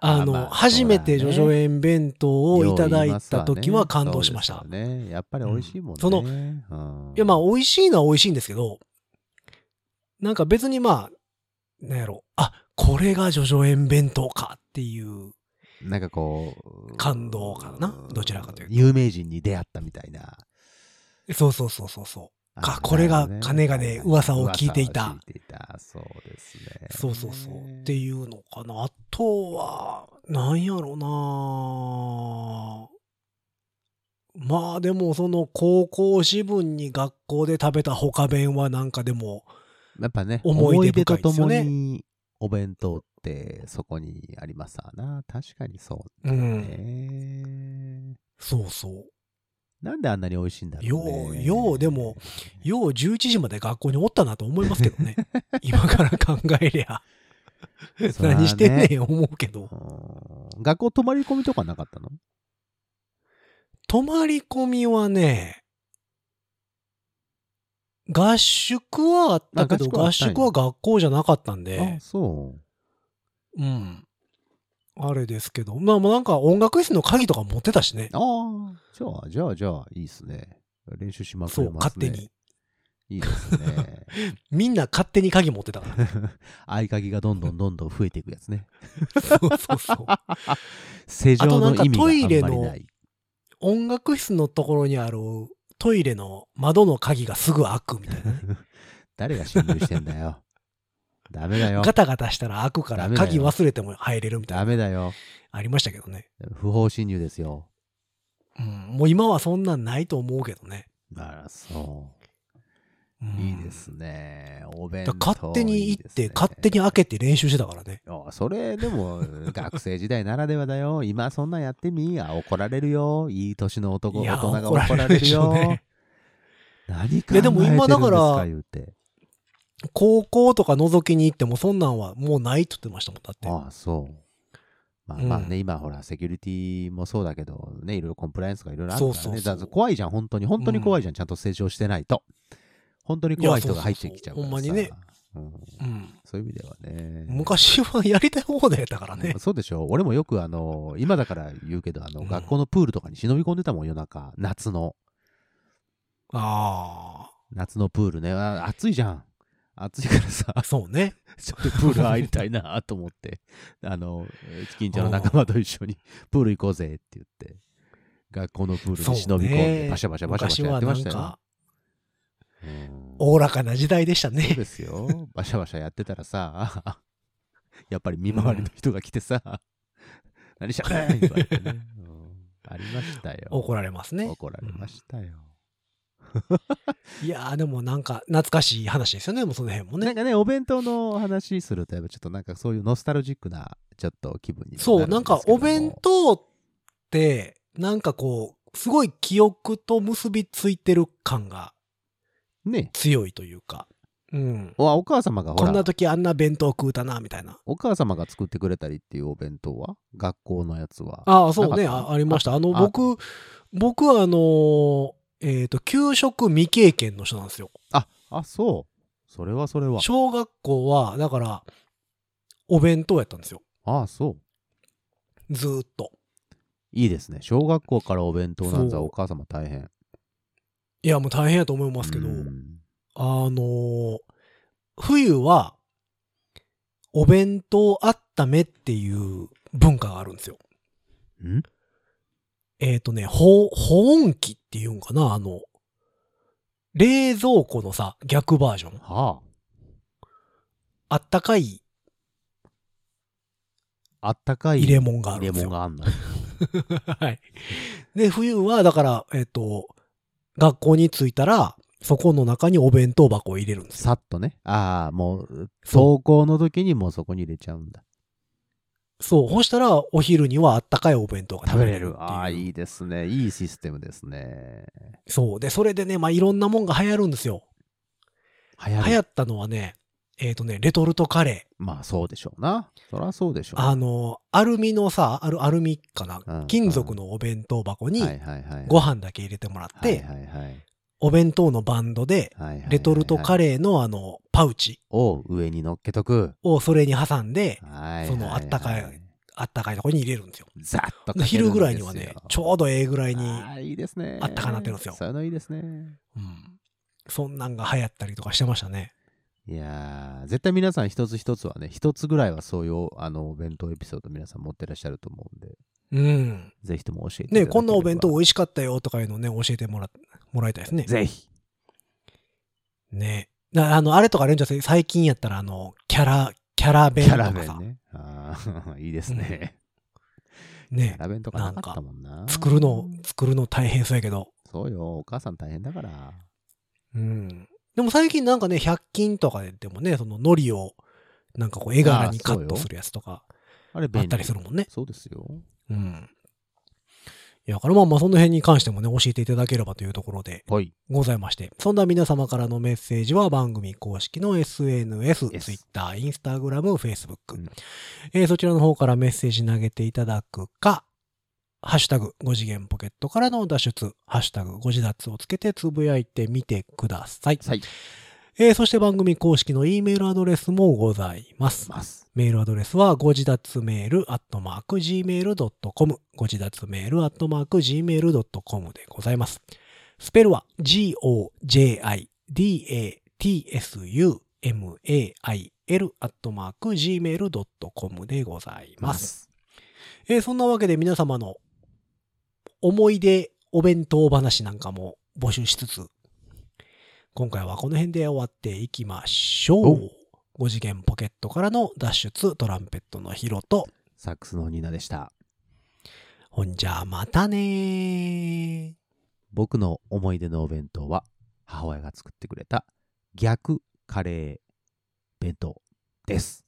[SPEAKER 3] あ
[SPEAKER 2] の、
[SPEAKER 3] まあ
[SPEAKER 2] 初めてジ
[SPEAKER 3] そう
[SPEAKER 2] ョ
[SPEAKER 3] だね
[SPEAKER 2] ジョ園弁当 をいただいた時は感動しまし
[SPEAKER 3] そ
[SPEAKER 2] た
[SPEAKER 3] う。ですよね、やっぱり美味しいもんね。
[SPEAKER 2] その
[SPEAKER 3] うん
[SPEAKER 2] いや、まあ、美味しいのは美味しいんですけど、なんか別にまあ、なんやろ、あ、これがジョジョ園弁当かっていう、
[SPEAKER 3] なんかこう、
[SPEAKER 2] 感動かなどちらかというと
[SPEAKER 3] 有名人に出会ったみたいな。
[SPEAKER 2] そうそうそうそうそう。か
[SPEAKER 3] あ
[SPEAKER 2] これが
[SPEAKER 3] なるほど
[SPEAKER 2] 金がね噂を聞いていた
[SPEAKER 3] 噂を聞いていたそうですね。
[SPEAKER 2] そうそうそう。っていうのかな。あとは、なんやろなまあでもその高校支部に学校で食べた他弁はなんかでも、
[SPEAKER 3] やっぱね、
[SPEAKER 2] 思
[SPEAKER 3] 思
[SPEAKER 2] い
[SPEAKER 3] い
[SPEAKER 2] 出
[SPEAKER 3] 出
[SPEAKER 2] 深
[SPEAKER 3] と
[SPEAKER 2] いで
[SPEAKER 3] と
[SPEAKER 2] すよ
[SPEAKER 3] も
[SPEAKER 2] ね
[SPEAKER 3] にお弁当ってそこにありますわな。確かにそう
[SPEAKER 2] う
[SPEAKER 3] だ
[SPEAKER 2] ん。
[SPEAKER 3] ね。
[SPEAKER 2] そうそう。
[SPEAKER 3] なんであんなに美味しいんだろうね。
[SPEAKER 2] ようようでも、よう11時まで学校におったなと思いますけどね。今から考えりゃ。
[SPEAKER 3] そらね
[SPEAKER 2] 何してんねん思うけど。
[SPEAKER 3] うん学校泊まり込みとかなかったの
[SPEAKER 2] 泊まり込みはね、合宿はあったけど、
[SPEAKER 3] あ
[SPEAKER 2] 合
[SPEAKER 3] 合宿
[SPEAKER 2] 宿
[SPEAKER 3] は
[SPEAKER 2] は
[SPEAKER 3] あった
[SPEAKER 2] 学校じゃなかったんで
[SPEAKER 3] あ、そう。
[SPEAKER 2] うん。あれですけど、まあまあなんか音楽室の鍵とか持ってたしね。
[SPEAKER 3] ああ、じゃあ、じゃあ、じゃあ、いいっすね。練習しまく
[SPEAKER 2] そう、
[SPEAKER 3] れますね。
[SPEAKER 2] 勝手に。。
[SPEAKER 3] いいですね。
[SPEAKER 2] みんな勝手に鍵持ってた から。
[SPEAKER 3] 合鍵がどんどんどんどん増えていくやつね。
[SPEAKER 2] そうそうそう。
[SPEAKER 3] 世情の意
[SPEAKER 2] あとなんかトイレ
[SPEAKER 3] 味が
[SPEAKER 2] の
[SPEAKER 3] あんまりない。
[SPEAKER 2] 音楽室のところにあるトイレの窓の鍵がすぐ開くみたいなね。
[SPEAKER 3] 誰が侵入してんだ よ。ダメだよ。
[SPEAKER 2] ガタガタしたら開くか
[SPEAKER 3] ダ
[SPEAKER 2] ら
[SPEAKER 3] メだよ
[SPEAKER 2] 鍵忘れても入れるみたい
[SPEAKER 3] ダ
[SPEAKER 2] な。
[SPEAKER 3] メだよ。
[SPEAKER 2] ありましたけどね。
[SPEAKER 3] 不法侵入ですよ。
[SPEAKER 2] うん。もう今はそんなんないと思うけどね。
[SPEAKER 3] あら、そ
[SPEAKER 2] うん
[SPEAKER 3] う。いいですね。お弁
[SPEAKER 2] だ
[SPEAKER 3] 当
[SPEAKER 2] から勝手に行っ
[SPEAKER 3] い
[SPEAKER 2] て
[SPEAKER 3] いですね
[SPEAKER 2] 勝手に開けて練習してたからね。
[SPEAKER 3] あそれでも学生時代ならではだよ今そんなんやってみあ怒られるよいい年の男
[SPEAKER 2] い
[SPEAKER 3] 大
[SPEAKER 2] や
[SPEAKER 3] 人が
[SPEAKER 2] 怒られ
[SPEAKER 3] 怒
[SPEAKER 2] る
[SPEAKER 3] られるよ、
[SPEAKER 2] でしょうね
[SPEAKER 3] 何
[SPEAKER 2] い
[SPEAKER 3] 考え
[SPEAKER 2] や
[SPEAKER 3] て
[SPEAKER 2] で
[SPEAKER 3] るん
[SPEAKER 2] も
[SPEAKER 3] です
[SPEAKER 2] 今だから
[SPEAKER 3] か言うて
[SPEAKER 2] 高校とか覗きに行ってもそんなんはもうないって言ってましたもん、だって。
[SPEAKER 3] ああそうまあまあね、
[SPEAKER 2] うん
[SPEAKER 3] 今ほらセキュリティもそうだけどねいろいろコンプライアンスがいろいろあるからね
[SPEAKER 2] そうそうそう
[SPEAKER 3] だから怖いじゃん本当に本当に怖いじゃん、ちゃんと成長してないと本当に怖い人が入ってきちゃうからさ
[SPEAKER 2] いやそうそうそう
[SPEAKER 3] うん
[SPEAKER 2] うん。
[SPEAKER 3] そういう意味ではね
[SPEAKER 2] 昔はやりたい放題やったからね。
[SPEAKER 3] そうでしょ俺もよくあの今だから言うけどあの、
[SPEAKER 2] うん
[SPEAKER 3] 学校のプールとかに忍び込んでたもん夜中夏の
[SPEAKER 2] あ
[SPEAKER 3] 夏のプールねあ暑いじゃん暑いからさ
[SPEAKER 2] あ。そうね。
[SPEAKER 3] ちょっとプール入りたいなと 思ってあの近所の仲間と一緒にプール行こうぜって言って学校のプールに忍び込んで、バシャバシャバシャバシャやってました
[SPEAKER 2] 昔はなんか、
[SPEAKER 3] ようん
[SPEAKER 2] おおらかな時代でした
[SPEAKER 3] そう
[SPEAKER 2] ね。
[SPEAKER 3] です よ。バシャバシャやってたらさ、やっぱり見回りの人が来てさ、何しゃべん言われ てね、うんありましたよ。
[SPEAKER 2] 怒られますね。
[SPEAKER 3] 怒られましたよ。
[SPEAKER 2] いやーでもなんか懐かしい話ですよね、もうその辺も
[SPEAKER 3] な
[SPEAKER 2] ね
[SPEAKER 3] ん。かね、お弁当のお話すると、やっぱちょっとなんかそういうノスタルジックな、ちょっと気分に
[SPEAKER 2] そう、なんかお弁
[SPEAKER 3] 当
[SPEAKER 2] 当って、なんかこう、すごい記憶と結びついてる感が
[SPEAKER 3] ね
[SPEAKER 2] 強いというか。うん。
[SPEAKER 3] おお母様がほ
[SPEAKER 2] こんな
[SPEAKER 3] ら、
[SPEAKER 2] 時あんな弁当食うたな、みたいな。
[SPEAKER 3] お母様が作ってくれたりっていうお弁当は学校のやつは。
[SPEAKER 2] ああ、そうね。
[SPEAKER 3] なかった
[SPEAKER 2] あありました。あの、
[SPEAKER 3] あ
[SPEAKER 2] 僕、僕はあのーえっ、と、給食未経験の人なんですよ。
[SPEAKER 3] あ、そう。それはそれは。
[SPEAKER 2] 小学校は、だから、お弁当やったんですよ。
[SPEAKER 3] あああ、そう。
[SPEAKER 2] ずーっと。
[SPEAKER 3] いいですね。小学校からお弁当なんざ
[SPEAKER 2] そう
[SPEAKER 3] お母様大変。
[SPEAKER 2] いや、もう大変やと思いますけど、
[SPEAKER 3] うん
[SPEAKER 2] あのー冬は、お弁当あっためっていう文化があるんですよ。
[SPEAKER 3] ん
[SPEAKER 2] えっ、とね、保、保温器っていうんかなあの、冷蔵庫のさ、逆バージョン。
[SPEAKER 3] は
[SPEAKER 2] あったかい
[SPEAKER 3] あ。あったかい
[SPEAKER 2] 入れ物があ
[SPEAKER 3] 入
[SPEAKER 2] る
[SPEAKER 3] れ
[SPEAKER 2] んです
[SPEAKER 3] 物
[SPEAKER 2] よ。
[SPEAKER 3] があんの。
[SPEAKER 2] はい。で、冬は、だから、えっ、と、学校に着いたら、そこの中にお弁当箱を入れるんですよ。
[SPEAKER 3] さっとね。ああ、もう、
[SPEAKER 2] そう
[SPEAKER 3] 登校の時にもうそこに入れちゃうんだ。
[SPEAKER 2] そう。そしたら、お昼にはあったかいお弁当が
[SPEAKER 3] 食
[SPEAKER 2] 食
[SPEAKER 3] べ
[SPEAKER 2] べ
[SPEAKER 3] れ
[SPEAKER 2] れ
[SPEAKER 3] る
[SPEAKER 2] る。
[SPEAKER 3] ああ、
[SPEAKER 2] い。
[SPEAKER 3] いういですね。いいシステムですね。
[SPEAKER 2] そう。で、それでね、まあ、いろんなもんが流行るんですよ。
[SPEAKER 3] 流行
[SPEAKER 2] 流行
[SPEAKER 3] る。
[SPEAKER 2] ったのはね、えっ、とね、レトルトカレー。
[SPEAKER 3] まあ、そうでしょうな。そらそうでしょう。
[SPEAKER 2] あの、アルミのさ、あるアルミか
[SPEAKER 3] うんう
[SPEAKER 2] な、
[SPEAKER 3] ん
[SPEAKER 2] 金属のお弁当箱に
[SPEAKER 3] はいはいはい。
[SPEAKER 2] ご飯だけ入れてもらっ
[SPEAKER 3] はい
[SPEAKER 2] て
[SPEAKER 3] は、いはい
[SPEAKER 2] お弁当のバンドで、
[SPEAKER 3] はいはいはい。
[SPEAKER 2] レトルトカ
[SPEAKER 3] レー
[SPEAKER 2] レーのあの、パウチ
[SPEAKER 3] を上に乗っけとく。
[SPEAKER 2] をそれに挟んで、
[SPEAKER 3] はいはいはい
[SPEAKER 2] そのあったかい。あったかいとこに入れるんですよ。
[SPEAKER 3] ざっとかけるんですよ。
[SPEAKER 2] 昼ぐらいにはね、ちょうどええぐらいに、
[SPEAKER 3] ああいいですね。
[SPEAKER 2] あったかなってるんですよ
[SPEAKER 3] そういうのいいですね。
[SPEAKER 2] うんそんなんが流行ったりとかしてましたね。
[SPEAKER 3] いやー、絶対皆さん一つ一つはね、一つぐらいはそういうあのお弁当エピソード皆さん持ってらっしゃると思うんで、
[SPEAKER 2] うん。
[SPEAKER 3] ぜひとも教えていただけれ
[SPEAKER 2] ね、
[SPEAKER 3] ば
[SPEAKER 2] こんなお弁当美味しかったよとかいうのね、教えてもら、もらいたいですね。
[SPEAKER 3] ぜひ。
[SPEAKER 2] ね。だあの、あれとかあれんじゃん最近やったら、あの、キャラ、キャラ
[SPEAKER 3] キ
[SPEAKER 2] 弁と
[SPEAKER 3] ャラ
[SPEAKER 2] かさ
[SPEAKER 3] 弁、ね。ああ、 いいですね。キ
[SPEAKER 2] ね
[SPEAKER 3] ャ、ラ弁とかなかったもんな。
[SPEAKER 2] 作るの、作るの大変そうやけど。
[SPEAKER 3] そうよ、お母さん大変だから。
[SPEAKER 2] うん。でも最近なんかね、100均とかででもね、その海苔を、なんかこう、絵柄にカットするやつとか、
[SPEAKER 3] あれ
[SPEAKER 2] あ
[SPEAKER 3] 便利。
[SPEAKER 2] ったりするもんね。
[SPEAKER 3] そうですよ。
[SPEAKER 2] うん。いや、だからまあまあ、その辺に関してもね、教えていただければというところで
[SPEAKER 3] はい。
[SPEAKER 2] ございまして、そんな皆様からのメッセージは番組公式の SNS、
[SPEAKER 3] Yes
[SPEAKER 2] Twitter、Instagram、Facebook、
[SPEAKER 3] うん
[SPEAKER 2] えーそちらの方からメッセージ投げていただくか、ハッシュタグ5次元ポケットからの脱出、ハッシュタグ5次脱をつけてつぶやいてみてください。
[SPEAKER 3] はい。
[SPEAKER 2] えーそして番組公式の E メールアドレスもございます。
[SPEAKER 3] ます。
[SPEAKER 2] メールアドレスは、ご自立メール、アットマーク、gmail.com。ご自立メール、アットマーク、gmail.com でございます。スペルは、g-o-j-i-d-a-t-s-u-m-a-i-l、アットマーク、gmail.com でございます。
[SPEAKER 3] す。
[SPEAKER 2] えーそんなわけで皆様の思い出お弁当話なんかも募集しつつ、今回はこの辺で終わっていきましょ
[SPEAKER 3] お
[SPEAKER 2] う。5次元ポケットからの脱出トランペットのヒロと、
[SPEAKER 3] サックスのニーナでした。
[SPEAKER 2] ほんじゃまたねー。
[SPEAKER 3] 僕の思い出のお弁当は母親が作ってくれた逆カレー弁当です。